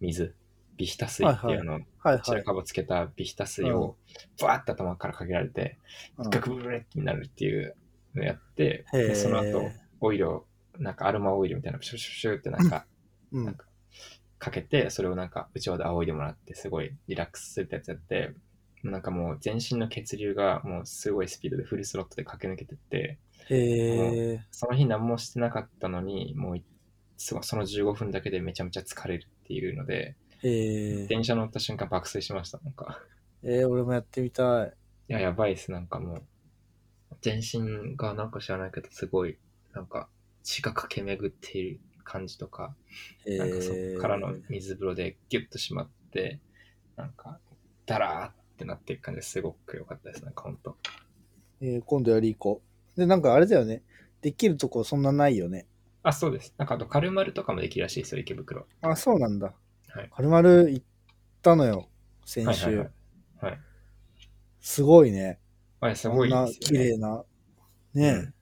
[SPEAKER 1] 水、ビヒタ水って
[SPEAKER 2] は
[SPEAKER 1] いう
[SPEAKER 2] いはい
[SPEAKER 1] あの、
[SPEAKER 2] はいは
[SPEAKER 1] 白
[SPEAKER 2] い。
[SPEAKER 1] 樺つけたビヒタ水を、バーって頭からかけられて、
[SPEAKER 2] うん
[SPEAKER 1] ガクブレってなるっていうのやって、
[SPEAKER 2] へー
[SPEAKER 1] でその後、オイルを、なんかアロマオイルみたいな、プシュプシュプシュってなんか、
[SPEAKER 2] う
[SPEAKER 1] なん
[SPEAKER 2] ん。
[SPEAKER 1] かかけて、それをなんか、うちわで仰いでもらって、すごいリラックスするってやつやって、なんかもう全身の血流がもうすごいスピードでフルスロットで駆け抜けてって、
[SPEAKER 2] へえ。
[SPEAKER 1] その日何もしてなかったのに、もうそその15分だけでめちゃめちゃ疲れるっていうので、
[SPEAKER 2] へえ。
[SPEAKER 1] 電車乗った瞬間爆睡しました、なんか。
[SPEAKER 2] えー、俺もやってみたい。
[SPEAKER 1] いや、やばいです、なんかもう。全身がなんか知らないけど、すごい、なんか血が駆け巡っている感じとか、
[SPEAKER 2] へえ。
[SPEAKER 1] なんかそこからの水風呂でギュッと締まって、なんか、ダラーってなっていく感じですごく良かったです、なんかほんと。
[SPEAKER 2] えー今度やり行こう。で、なんかあれだよね。できるとこそんなないよね。
[SPEAKER 1] あ、そうです。なんかあと、カルマルとかもできるらしいですよ、池袋。
[SPEAKER 2] あ、そうなんだ。
[SPEAKER 1] はい
[SPEAKER 2] カルマル行ったのよ。先週。
[SPEAKER 1] はいはいはい。はい
[SPEAKER 2] すごいね。
[SPEAKER 1] あれ、すごい
[SPEAKER 2] あん
[SPEAKER 1] で
[SPEAKER 2] な
[SPEAKER 1] す
[SPEAKER 2] 綺
[SPEAKER 1] よね。
[SPEAKER 2] 麗な。ねえ、
[SPEAKER 1] うん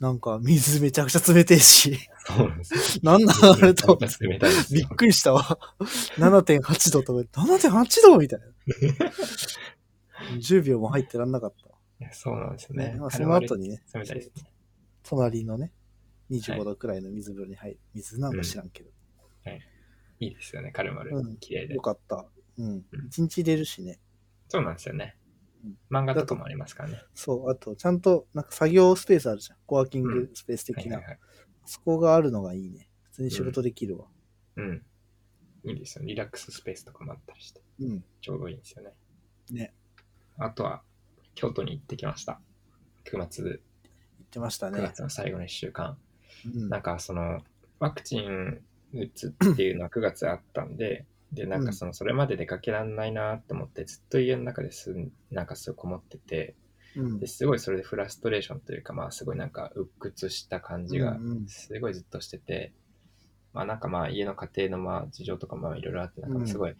[SPEAKER 2] なんか水めちゃくちゃ冷てえし。
[SPEAKER 1] そうなんですよ。
[SPEAKER 2] なんだあれと。
[SPEAKER 1] 冷たいです
[SPEAKER 2] びっ
[SPEAKER 1] よ。
[SPEAKER 2] くりしたわ。7.8度とか、7.8度みたいな。10 秒も入ってらんなかった。
[SPEAKER 1] いやそうなんですよ
[SPEAKER 2] ね
[SPEAKER 1] ね。
[SPEAKER 2] まあ、その後
[SPEAKER 1] に。
[SPEAKER 2] にね、
[SPEAKER 1] 冷たいですね。
[SPEAKER 2] 隣のね、25
[SPEAKER 1] はい
[SPEAKER 2] 度くらいの水風呂に入る。水なんか知らんけど。
[SPEAKER 1] いいですよね、カルマル
[SPEAKER 2] うん。
[SPEAKER 1] 綺麗で
[SPEAKER 2] よ。かった。うん
[SPEAKER 1] うん。
[SPEAKER 2] 一日入れるしね。
[SPEAKER 1] そうなんですよね
[SPEAKER 2] うん。
[SPEAKER 1] 漫画とかもありますからね。
[SPEAKER 2] そう、あと、ちゃんと、なんか作業スペースあるじゃん。コワーキングスペース
[SPEAKER 1] はい
[SPEAKER 2] 的
[SPEAKER 1] は
[SPEAKER 2] な。
[SPEAKER 1] いはい。
[SPEAKER 2] そこがあるのがいいね。普通に仕事できるわ。
[SPEAKER 1] うん。いいですよね。リラックススペースとかもあったりして、
[SPEAKER 2] うん。
[SPEAKER 1] ちょうどいいんですよね。
[SPEAKER 2] ね。
[SPEAKER 1] あとは、京都に行ってきました。9月、
[SPEAKER 2] 言ってました
[SPEAKER 1] 9
[SPEAKER 2] ね。
[SPEAKER 1] 月の最後の1週間。
[SPEAKER 2] うん
[SPEAKER 1] なんかそのワクチン打つっていうのは9月あったんで、で、なんかそのそれまで出かけられないなと思って、ずっと家の中ですん、なんかすごいこもってて、
[SPEAKER 2] うん
[SPEAKER 1] ですごいそれでフラストレーションというか、まあすごいなんか鬱屈した感じが
[SPEAKER 2] うんうん
[SPEAKER 1] すごいずっとしてて、まあなんかまあ家の家庭のまあ事情とかまあいろいろあって、なん
[SPEAKER 2] う
[SPEAKER 1] か
[SPEAKER 2] ん
[SPEAKER 1] すごい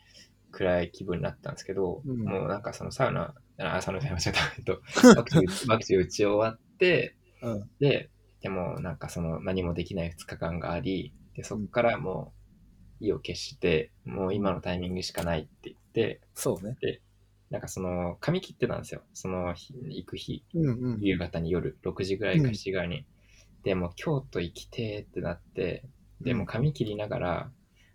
[SPEAKER 1] 暗い気分になったんですけど、
[SPEAKER 2] うん
[SPEAKER 1] もうなんかそのサウナ、あ、サウナじゃない間違えた、えっと、ワクチンワクチン打ち終わって、
[SPEAKER 2] うん
[SPEAKER 1] で、でもなんかその何もできない2日間があり、で、そこからもう意を決して、もう今のタイミングしかないって言って、
[SPEAKER 2] そうね。
[SPEAKER 1] なんかその髪切ってたんですよ。その日行く日、
[SPEAKER 2] うんうん。
[SPEAKER 1] 夕方に夜6時ぐらいか
[SPEAKER 2] うん
[SPEAKER 1] 7時ぐらいに。でもう京都行きてーってなって、で
[SPEAKER 2] うん
[SPEAKER 1] もう髪切りながら、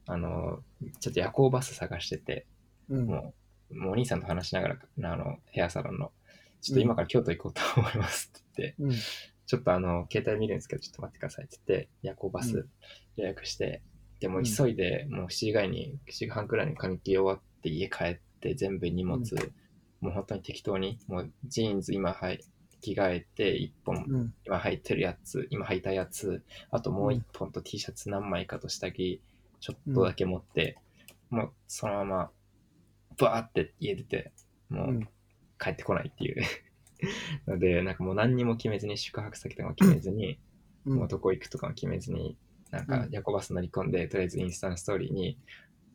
[SPEAKER 1] あの、ちょっと夜行バス探してて、
[SPEAKER 2] うん
[SPEAKER 1] もう、もうお兄さんと話しながら、あの、ヘアサロンの、ちょっと今から京都行こうと思いますって言って、
[SPEAKER 2] うん
[SPEAKER 1] ちょっとあの、携帯見るんですけど、ちょっと待ってくださいって言って、夜行バス予約して、でも
[SPEAKER 2] うん
[SPEAKER 1] 急いで、もう7時ぐらいに、7時半くらいに髪切り終わって、家帰って、全部荷物、
[SPEAKER 2] うん
[SPEAKER 1] もう本当に適当に、もうジーンズ今はい着替えて、1本、
[SPEAKER 2] うん
[SPEAKER 1] 今履いてるやつ、今履いたやつ、あともう
[SPEAKER 2] う
[SPEAKER 1] 1
[SPEAKER 2] ん
[SPEAKER 1] 本と T シャツ何枚かと下着、ちょっとだけ持って、もうそのまま、バーって家出て、もう、
[SPEAKER 2] うん
[SPEAKER 1] 帰ってこないっていう。 ので、なんかもう何にも決めずに、宿泊先とかも決めずに、
[SPEAKER 2] うん
[SPEAKER 1] もうどこ行くとかも決めずに、なんか
[SPEAKER 2] うん
[SPEAKER 1] 夜行バス乗り込んで、とりあえずインスタのストーリーに、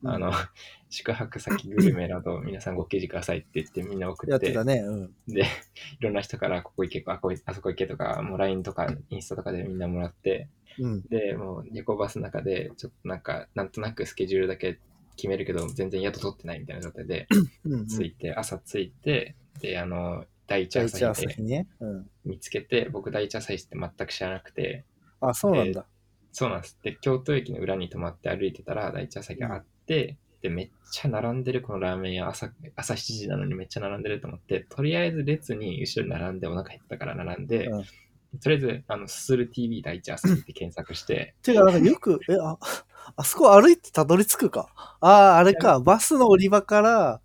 [SPEAKER 2] うん
[SPEAKER 1] あの、 宿泊先グルメなど皆さんご記事くださいって言ってみんな送
[SPEAKER 2] や
[SPEAKER 1] っ
[SPEAKER 2] って
[SPEAKER 1] て、
[SPEAKER 2] たね。うん。
[SPEAKER 1] で、いろんな人からここ行け、あこいあそこ行けとか、もう LINE とかインスタとかでみんなもらって、
[SPEAKER 2] うん。
[SPEAKER 1] で、もう夜行バスの中で、ちょっとなんか、なんとなくスケジュールだけ決めるけど、全然宿取ってないみたいな状態で、
[SPEAKER 2] うんうん。
[SPEAKER 1] 着いて、朝着いて、で、あの、第一
[SPEAKER 2] 第
[SPEAKER 1] 朝
[SPEAKER 2] 一
[SPEAKER 1] 日
[SPEAKER 2] 朝
[SPEAKER 1] で
[SPEAKER 2] 日ね。うん。
[SPEAKER 1] 見つけて、僕第一朝日って全く知らなくて、
[SPEAKER 2] あ、そうなんだ。
[SPEAKER 1] そうなんです。で、京都駅の裏に泊まって歩いてたら、第一朝日があって、で、めっちゃ並んでる、このラーメン屋朝、朝7時なのにめっちゃ並んでると思って、とりあえず列に後ろに並んで、お腹減ったから並んで、
[SPEAKER 2] うん
[SPEAKER 1] とりあえず、あの、すする TV 第一朝日って検索して、
[SPEAKER 2] てか、なんかよく、え、あ、あそこ歩いてたどり着くか。ああ、あれか。バスの降り場から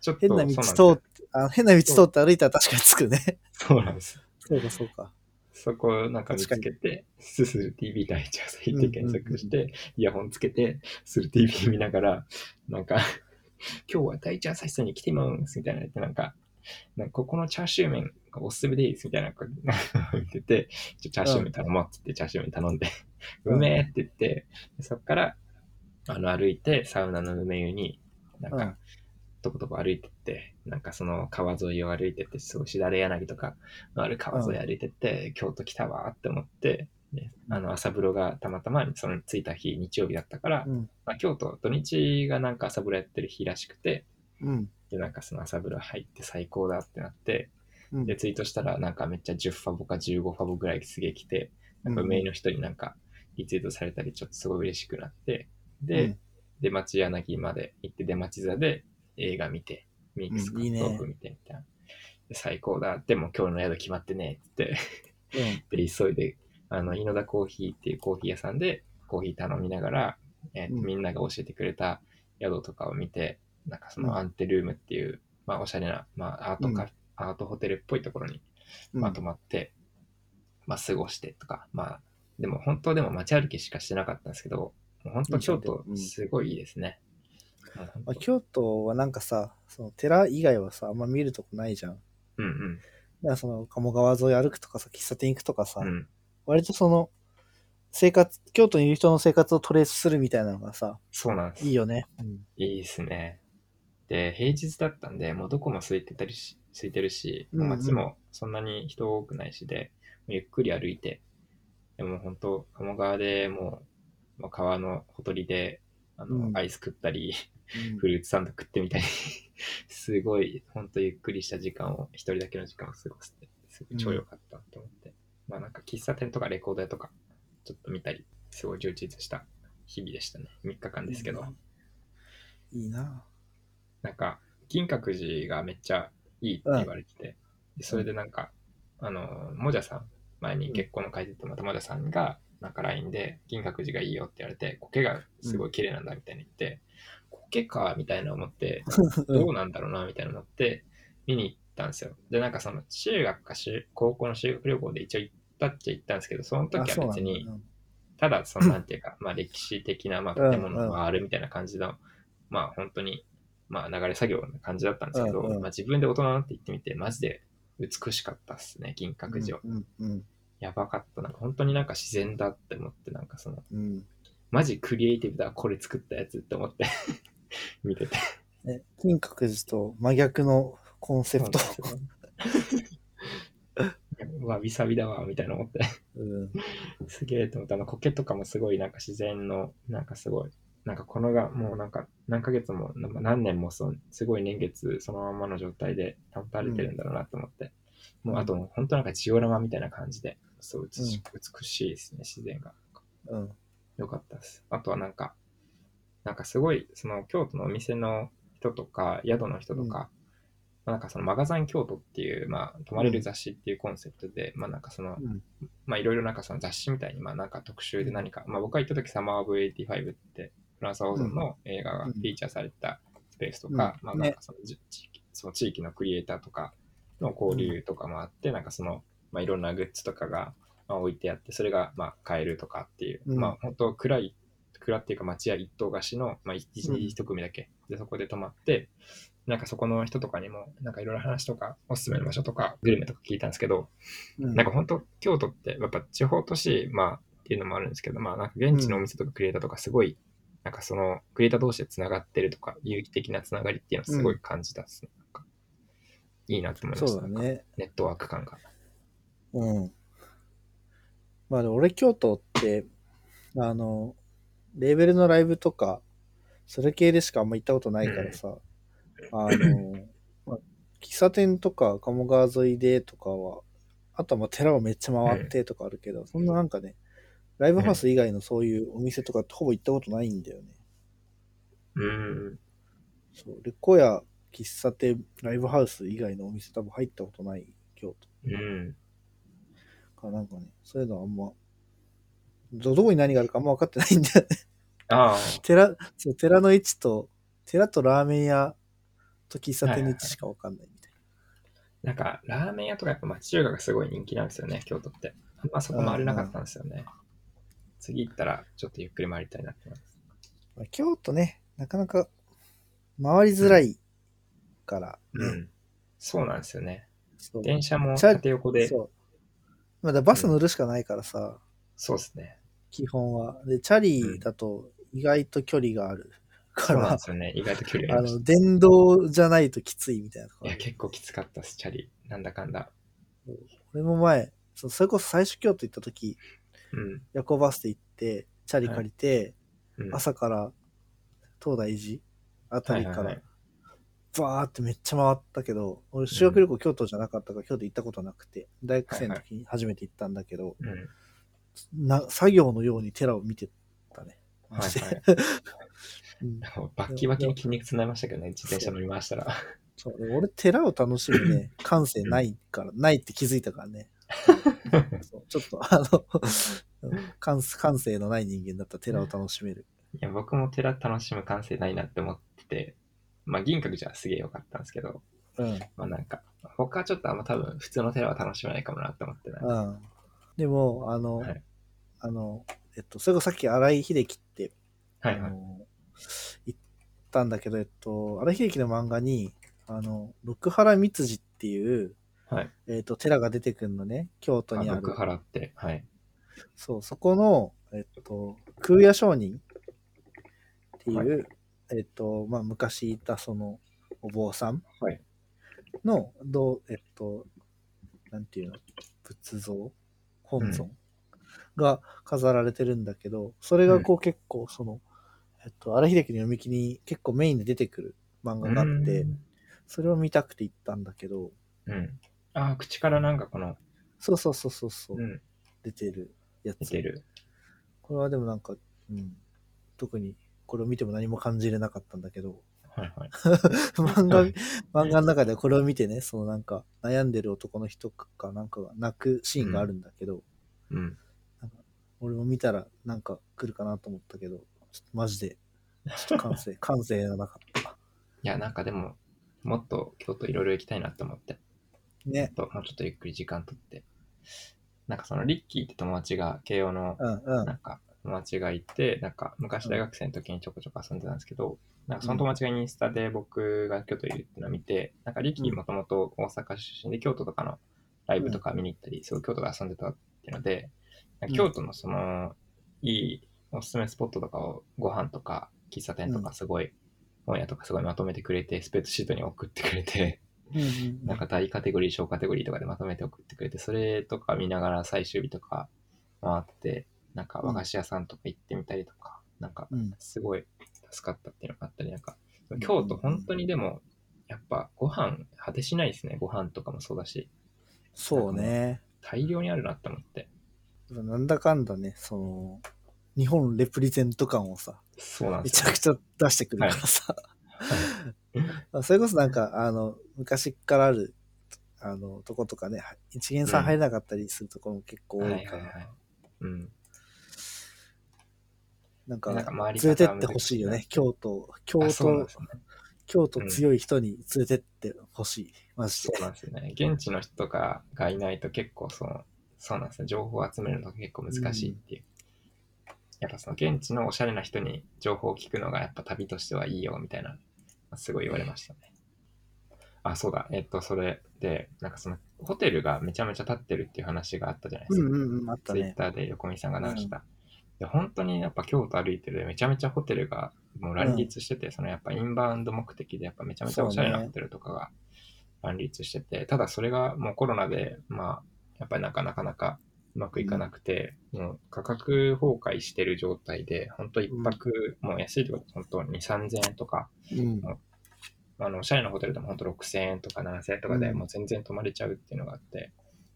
[SPEAKER 1] ちょっと、
[SPEAKER 2] 変な道
[SPEAKER 1] そうなん
[SPEAKER 2] 通
[SPEAKER 1] で
[SPEAKER 2] って、あ変な道通って歩いたら確かに着くね。
[SPEAKER 1] す。そうなんです。
[SPEAKER 2] そうか、そうか。
[SPEAKER 1] そこをなんか見つけて、すする TV 第一朝日って検索して、イヤホンつけて、する TV 見ながら、なんか、 今日は第一朝日さんに来てまうんすみたいな言って、なんか、なんかここのチャーシュー麺がおすすめでいいですみたいなこう言ってて、ちょチャーシュー麺頼もうって言って、チャーシュー麺頼んで、
[SPEAKER 2] うん
[SPEAKER 1] うめえって言って、そっから、あの、歩いて、サウナの梅湯に、なん
[SPEAKER 2] う
[SPEAKER 1] か、
[SPEAKER 2] ん
[SPEAKER 1] とことこ歩いてって、なんかその川沿いを歩いてって、すごいしだれ柳とかのある川沿い歩いてって、京都来たわーって思って、であの朝風呂がたまたまその着いた日、日曜日だったから、
[SPEAKER 2] うん。
[SPEAKER 1] まあ、京都、土日がなんか朝風呂やってる日らしくて、
[SPEAKER 2] うん。
[SPEAKER 1] で、なんかその朝風呂入って最高だってなって、
[SPEAKER 2] うん
[SPEAKER 1] で、ツイートしたらなんかめっちゃ10ファボか15ファボぐらいすげえ来て、なんか名の人になんかリツイートされたり、ちょっとすごい嬉しくなって、で、出町柳まで行って出町座で映画見て、ミックス
[SPEAKER 2] う
[SPEAKER 1] カ
[SPEAKER 2] んいいね
[SPEAKER 1] ットオフ見てみたいな。で最高だ。でも今日の宿決まってねえって
[SPEAKER 2] うん。
[SPEAKER 1] 言って、で、急いで、あの、井の田コーヒーっていうコーヒー屋さんでコーヒー頼みながら、えーと
[SPEAKER 2] うん
[SPEAKER 1] みんなが教えてくれた宿とかを見て、なんかそうの
[SPEAKER 2] ん
[SPEAKER 1] アンテルームっていう、まあおしゃれな、まあアートカフェ、アートホテルっぽいところにまあ、泊まって、まあ、過ごしてとか、まあ、でも本当でも街歩きしかしてなかったんですけど、もう本当京都
[SPEAKER 2] うん
[SPEAKER 1] すごいいいですね。もう本当
[SPEAKER 2] まあ、京都はなんかさ、その寺以外はさ、あんま見るとこないじゃん。だか
[SPEAKER 1] うんうん。
[SPEAKER 2] らその鴨川沿い歩くとかさ、喫茶店行くとかさ、
[SPEAKER 1] うん
[SPEAKER 2] 割とその、生活、京都にいる人の生活をトレースするみたいなのがさ、
[SPEAKER 1] そうなんです。
[SPEAKER 2] いいよね。うん。
[SPEAKER 1] いいですね。で、平日だったんで、もうどこも空いてたりし、空いてるし、
[SPEAKER 2] うんうん
[SPEAKER 1] 街もそんなに人多くないしで、ゆっくり歩いて、でも本当、鴨川でもう、まあ、川のほとりで、あの、
[SPEAKER 2] うん
[SPEAKER 1] アイス食ったり、フルーツサンド食ってみたり、 すごい、ほんとゆっくりした時間を、一人だけの時間を過ごすって、すごい超良かったと思って。まあなんか喫茶店とかレコード屋とか、ちょっと見たり、すごい充実した日々でしたね。3日間ですけど。
[SPEAKER 2] うんいいな。
[SPEAKER 1] なんか、金閣寺がめっちゃいいって言われてて、でそれでなんか、あの、もじゃさん、前に結婚の会でとまたもじゃさんが、なんか LINE で、金閣寺がいいよって言われて、苔がすごい綺麗なんだみたいに言って、苔かみたいな思 って、どうなんだろうなみたいなのって見に行ったんですよ。で、なんかその中学か中高校の修学旅行で一応行ったっちゃ行ったんですけど、その時は別に、ただそのなんていうか、まあ歴史的な、まあ
[SPEAKER 2] うん
[SPEAKER 1] 建物があるみたいな感じの、まあ本当に、まあ流れ作業な感じだったんですけど、
[SPEAKER 2] うんうん
[SPEAKER 1] まあ自分で大人になって行ってみて、マジで美しかったっすね、銀閣
[SPEAKER 2] 閣
[SPEAKER 1] 寺
[SPEAKER 2] 寺
[SPEAKER 1] は。
[SPEAKER 2] うんうん
[SPEAKER 1] やばかった。なんか本当になんか自然だって思って、なんかその、
[SPEAKER 2] うん。
[SPEAKER 1] マジクリエイティブだ、これ作ったやつって思って 見てた。
[SPEAKER 2] え金閣寺と真逆のコンセ プト。
[SPEAKER 1] うわ、びさびだわ、みたいな思って。
[SPEAKER 2] うん。
[SPEAKER 1] すげえと思った。あの、苔とかもすごい、なんか自然の、なんかすごい、なんかこのが、もうなんか、何ヶ月も、な何年もそう、すごい年月、そのままの状態で保たれてるんだろうなと思って。もう、あと、本当なんかジオラマみたいな感じで、そう、美し,、美しいですね、自然が。
[SPEAKER 2] うん。
[SPEAKER 1] よかったです。あとはなんか、なんかすごい、その京都のお店の人とか、宿の人とか、まあなんかそのマガザン京都っていう、まあ、泊まれる雑誌っていうコンセプトで、まあなんかその、
[SPEAKER 2] うん
[SPEAKER 1] まあいろいろなんかその雑誌みたいに、まあなんか特集で何か、まあ僕が行った時サマーオブ85ってフランス・アオゾンの映画が
[SPEAKER 2] うん
[SPEAKER 1] フィーチャーされたスペースとか、
[SPEAKER 2] うん
[SPEAKER 1] まあなんかそのじ地域その地域のクリエイターとかの交流とかもあって、なんかその、まあいろんなグッズとかがまあ置いてあって、それがまあ買えるとかっていう、
[SPEAKER 2] うん
[SPEAKER 1] まあ本当暗い、暗っていうか町屋一棟貸しの、まあ一
[SPEAKER 2] うん
[SPEAKER 1] 日一組だけ、でそこで泊まって、なんかそこの人とかにも、なんかいろいろ話とか、おすすめの場所とか、グルメとか聞いたんですけど、
[SPEAKER 2] うん
[SPEAKER 1] なんか本当、京都って、やっぱ地方都市、まあ、っていうのもあるんですけど、まあ、なんか現地のお店とかクリエイターとか、すごい、なんかその、クリエイター同士でつながってるとか、有機的なつながりっていうのはすごい感じたっすね。なんかいいなと思いま
[SPEAKER 2] そ
[SPEAKER 1] し
[SPEAKER 2] う
[SPEAKER 1] た。
[SPEAKER 2] だ
[SPEAKER 1] なんか
[SPEAKER 2] ね。
[SPEAKER 1] ネットワーク感が。
[SPEAKER 2] うん。まあでも俺京都って、あの、レーベルのライブとか、それ系でしかあんま行ったことないからさ、あの、まあ、喫茶店とか鴨川沿いでとかは、あとはまあ寺をめっちゃ回ってとかあるけど、そんななんかね、ライブハウス以外のそういうお店とかってほぼ行ったことないんだよね。
[SPEAKER 1] うーん。
[SPEAKER 2] そう、旅行や喫茶店、ライブハウス以外のお店多分入ったことない、京都。
[SPEAKER 1] うん。
[SPEAKER 2] かなんかね、そういうのはあんま、ど、どこに何があるかあんま分かってないんだよね。
[SPEAKER 1] ああ、
[SPEAKER 2] 寺、そう、寺の位置と、寺とラーメン屋と喫茶店の位置しか分かんないみたい
[SPEAKER 1] なんか、ラーメン屋とかやっぱ町中華がすごい人気なんですよね、京都って。あんまそこ回れなかったんですよね。次行ったら、ちょっとゆっくり回りたいなって思います。
[SPEAKER 2] な。まあ京都ね、なかなか回りづらいからね。
[SPEAKER 1] うん。そうなんですよね。
[SPEAKER 2] そう
[SPEAKER 1] 電車も
[SPEAKER 2] チャ
[SPEAKER 1] 縦横で、
[SPEAKER 2] そう。まだバス乗るしかないからさ、
[SPEAKER 1] そうですね。
[SPEAKER 2] 基本は。で、チャリだと意外と距離があるか
[SPEAKER 1] そうなん
[SPEAKER 2] ら
[SPEAKER 1] で、すよ ね。意外と距離あ
[SPEAKER 2] あ
[SPEAKER 1] りました
[SPEAKER 2] の、電動じゃないときついみたいなとこ
[SPEAKER 1] い
[SPEAKER 2] ろ
[SPEAKER 1] や、結構きつかったです、チャリ。なんだかんだ。
[SPEAKER 2] 俺も前、そうそれこそ最初京都行った時
[SPEAKER 1] うん。
[SPEAKER 2] 夜行バスで行って、チャリ借りて、
[SPEAKER 1] うん、
[SPEAKER 2] 朝から東大寺あたりか
[SPEAKER 1] はいはいは
[SPEAKER 2] ら
[SPEAKER 1] い、
[SPEAKER 2] バーってめっちゃ回ったけど、俺修学旅行京都じゃなかったから京都行ったことなくて、大学生の時に初めて行ったんだけど、
[SPEAKER 1] うん。
[SPEAKER 2] な作業のように寺を見てたね。
[SPEAKER 1] はいはい。
[SPEAKER 2] うん
[SPEAKER 1] バッキバキに筋肉つないましたけどね、自転車乗りましたら。
[SPEAKER 2] そう俺、寺を楽しむ ね、感性ないから、ないって気づいたからね。そうちょっと、あの、感感性のない人間だったら寺を楽しめる。
[SPEAKER 1] いや、僕も寺楽しむ感性ないなって思ってて、まあ、銀閣じゃすげえ良かったんですけど、
[SPEAKER 2] うん。
[SPEAKER 1] まあなんか、他はちょっとあんま多分普通の寺は楽しめないかもなって思ってない。
[SPEAKER 2] うん。でも、あの、
[SPEAKER 1] はい
[SPEAKER 2] あの、えっと、それこそさっき荒井秀樹って、
[SPEAKER 1] はいは
[SPEAKER 2] あ
[SPEAKER 1] い。
[SPEAKER 2] の言ったんだけど、えっと、荒井秀樹の漫画に、あの、六原三次っていう、
[SPEAKER 1] はい。
[SPEAKER 2] えっと、寺が出てくるのね、京都にあ
[SPEAKER 1] あ、
[SPEAKER 2] る
[SPEAKER 1] 六。払って、はい。
[SPEAKER 2] そう、そこの、えっと、空也商人っていう、えっと、まあ、昔いたそのお坊さん
[SPEAKER 1] はい
[SPEAKER 2] の、どう、えっと、なんていうの、仏像本尊、が飾られてるんだけど、それがこう結構その、えっと、荒秀樹の読み切りに結構メインで出てくる漫画があって、
[SPEAKER 1] うん。
[SPEAKER 2] それを見たくて行ったんだけど、
[SPEAKER 1] うん、あー、口からなんかこの、
[SPEAKER 2] そうそうそうそうそう、
[SPEAKER 1] うん、
[SPEAKER 2] 出てるやつ。
[SPEAKER 1] 似てる。
[SPEAKER 2] これはでもなんか、うん、特にこれを見ても何も感じれなかったんだけ ど、
[SPEAKER 1] はいはい。は
[SPEAKER 2] 漫画、
[SPEAKER 1] い
[SPEAKER 2] 漫画の中ではこれを見てね、そのなんか悩んでる男の人かなんかが泣くシーンがあるんだけど、
[SPEAKER 1] うん。
[SPEAKER 2] 俺も見たらなんか来るかなと思ったけど、ちょっとマジで、ちょっと感 性、感性がなかった。
[SPEAKER 1] いや、なんかでも、もっと京都いろいろ行きたいなと思って、
[SPEAKER 2] ね。
[SPEAKER 1] ともうちょっとゆっくり時間取って、なんかそのリッキーって友達が、慶応の
[SPEAKER 2] うんうん。
[SPEAKER 1] なんか友達がいて、なんか昔大学生の時にちょこちょこ遊んでたんですけど、なんかその友達がインスタで僕が京都いるってのを見て、なんかリキもともと大阪出身で京都とかのライブとか見に行ったり、すごい京都で遊んでたっていうので、なんか京都のそのいいおすすめスポットとかをご飯とか喫茶店とかすごい、本屋とかすごいまとめてくれて、スペースシートに送ってくれて、
[SPEAKER 2] うんうん
[SPEAKER 1] なんか大カテゴリー、小カテゴリーとかでまとめて送ってくれて、それとか見ながら最終日とか回って、なんか和菓子屋さんとか行ってみたりとか、なんか
[SPEAKER 2] うん。
[SPEAKER 1] すごい助かったっていうのがあったり、なんか京都本当にでも、やっぱご飯果てしないですね。ご飯とかもそうだし、
[SPEAKER 2] そうね。
[SPEAKER 1] 大量にあるなって思って。
[SPEAKER 2] なんだかんだね、その、日本レプリゼント感をさ、
[SPEAKER 1] そうなん
[SPEAKER 2] め
[SPEAKER 1] です
[SPEAKER 2] ち
[SPEAKER 1] よ
[SPEAKER 2] ゃ。くちゃ出してくるからさ。それこそなんか、あの、昔からある、あの、とことかね、一元さん入れなかったりするところも結構多
[SPEAKER 1] はいいはい
[SPEAKER 2] か
[SPEAKER 1] は
[SPEAKER 2] ら、
[SPEAKER 1] い。うん。
[SPEAKER 2] なんか、
[SPEAKER 1] なん
[SPEAKER 2] 連
[SPEAKER 1] か周り
[SPEAKER 2] れてってほしいよね。京都、京
[SPEAKER 1] あそうなん
[SPEAKER 2] 都
[SPEAKER 1] で、すよね。
[SPEAKER 2] 京都強い人に連れてってほしい。マジ
[SPEAKER 1] そ
[SPEAKER 2] で
[SPEAKER 1] う。なんですよね。現地の人とかがいないと結構その、そうなんですね。情報を集めるのが結構難しいっていう。やっぱその現地のおしゃれな人に情報を聞くのがやっぱ旅としてはいいよみたいな、まあすごい言われましたね。あ、そうだ。えっと、それで、なんかそのホテルがめちゃめちゃ建ってるっていう話があったじゃないで
[SPEAKER 2] う
[SPEAKER 1] す
[SPEAKER 2] ん
[SPEAKER 1] か。
[SPEAKER 2] うんうん、あった
[SPEAKER 1] ツイッ
[SPEAKER 2] ね。
[SPEAKER 1] ターで横見さんが流した。で本当にやっぱ京都歩いてるでめちゃめちゃホテルがもう乱立してて、そのやっぱインバウンド目的でやっぱめちゃめちゃおしゃれなホテルとかが乱立してて、ただそれがもうコロナでまあやっぱりなんかなかなかうまくいかなくて、もう価格崩壊してる状態で本当一泊、もう安いところで本当2、3000円とか
[SPEAKER 2] うん。
[SPEAKER 1] あのおしゃれなホテルでも本当6000円とか7000円とかで
[SPEAKER 2] うん
[SPEAKER 1] もう全然泊まれちゃうっていうのがあって、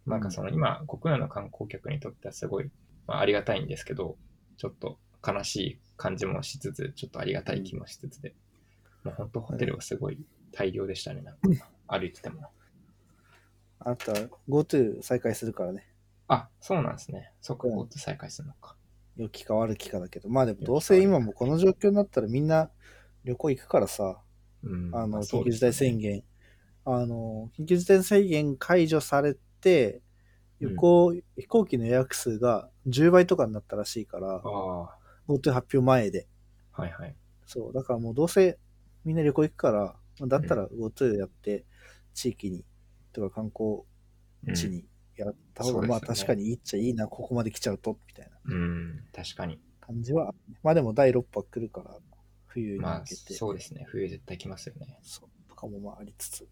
[SPEAKER 2] うん
[SPEAKER 1] なんかその今、国内の観光客にとってはすごい、まあ、ありがたいんですけど、ちょっと悲しい感じもしつつ、ちょっとありがたい気もしつつで、もう本当ホテルはすごい大量でしたね、なんか歩いてても。
[SPEAKER 2] あとは GoTo 再開するからね。
[SPEAKER 1] あ、そうなんですね。そっか、
[SPEAKER 2] うん
[SPEAKER 1] GoTo 再開するのか。
[SPEAKER 2] 良きか悪きかだけど。まあでもどうせ今もこの状況になったらみんな旅行行くからさ。
[SPEAKER 1] うん、
[SPEAKER 2] あの、
[SPEAKER 1] まそ
[SPEAKER 2] 緊
[SPEAKER 1] う
[SPEAKER 2] 急
[SPEAKER 1] で
[SPEAKER 2] 事
[SPEAKER 1] すね
[SPEAKER 2] 態宣言。あの、緊急事態宣言解除されて、旅行、飛行機の予約数が10倍とかになったらしいから
[SPEAKER 1] あ、あ、は
[SPEAKER 2] GoTo 発表前で。
[SPEAKER 1] いはい。
[SPEAKER 2] そう、だからもうどうせみんな旅行行くから、まあだったら GoTo やって、地域に、とか観光
[SPEAKER 1] うん
[SPEAKER 2] 地にやった方が、
[SPEAKER 1] うん
[SPEAKER 2] まあ
[SPEAKER 1] そうです
[SPEAKER 2] 確
[SPEAKER 1] よね
[SPEAKER 2] かにいいっちゃいいな、ここまで来ちゃうと、みたいな
[SPEAKER 1] うん、確かに。
[SPEAKER 2] 感じはあるね。まあでも第6波来るから、冬に
[SPEAKER 1] ま
[SPEAKER 2] 向
[SPEAKER 1] あ、
[SPEAKER 2] けて、
[SPEAKER 1] そうですね。冬絶対来ますよね。
[SPEAKER 2] そう、とかもまあありつつ、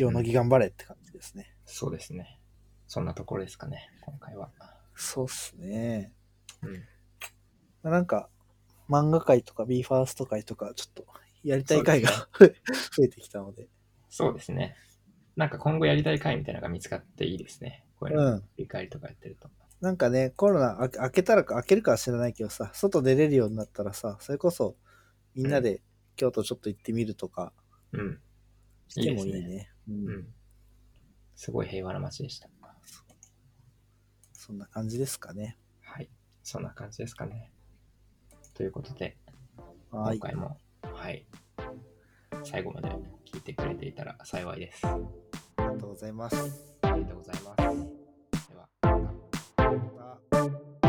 [SPEAKER 2] 塩野義頑張れって感じですね。
[SPEAKER 1] そうですね。そんなところですかね、今回は。
[SPEAKER 2] そうっすね。
[SPEAKER 1] うん
[SPEAKER 2] まあなんか、漫画界とか b ファースト界とか、ちょっとやりたい回が、 増えてきたので。
[SPEAKER 1] そうですね。なんか今後やりたい回みたいなのが見つかっていいですね。こういう
[SPEAKER 2] う
[SPEAKER 1] の、
[SPEAKER 2] ん。
[SPEAKER 1] 振り返りとかやってると。
[SPEAKER 2] なんかね、コロナあけ明けたらか、明けるかは知らないけどさ、外出れるようになったらさ、それこそみんなで京都ちょっと行ってみるとか、
[SPEAKER 1] うん。
[SPEAKER 2] してもいい
[SPEAKER 1] い
[SPEAKER 2] ね。
[SPEAKER 1] いです
[SPEAKER 2] うん
[SPEAKER 1] うん。すごい平和な街でした。
[SPEAKER 2] そんな感じですかね。
[SPEAKER 1] はい。そんな感じですかね。ということで、今
[SPEAKER 2] はい。
[SPEAKER 1] 回も、はい。最後まで聞いてくれていたら幸いです。あ
[SPEAKER 2] ありがとうございます。
[SPEAKER 1] りがとうございます。では、また。
[SPEAKER 2] また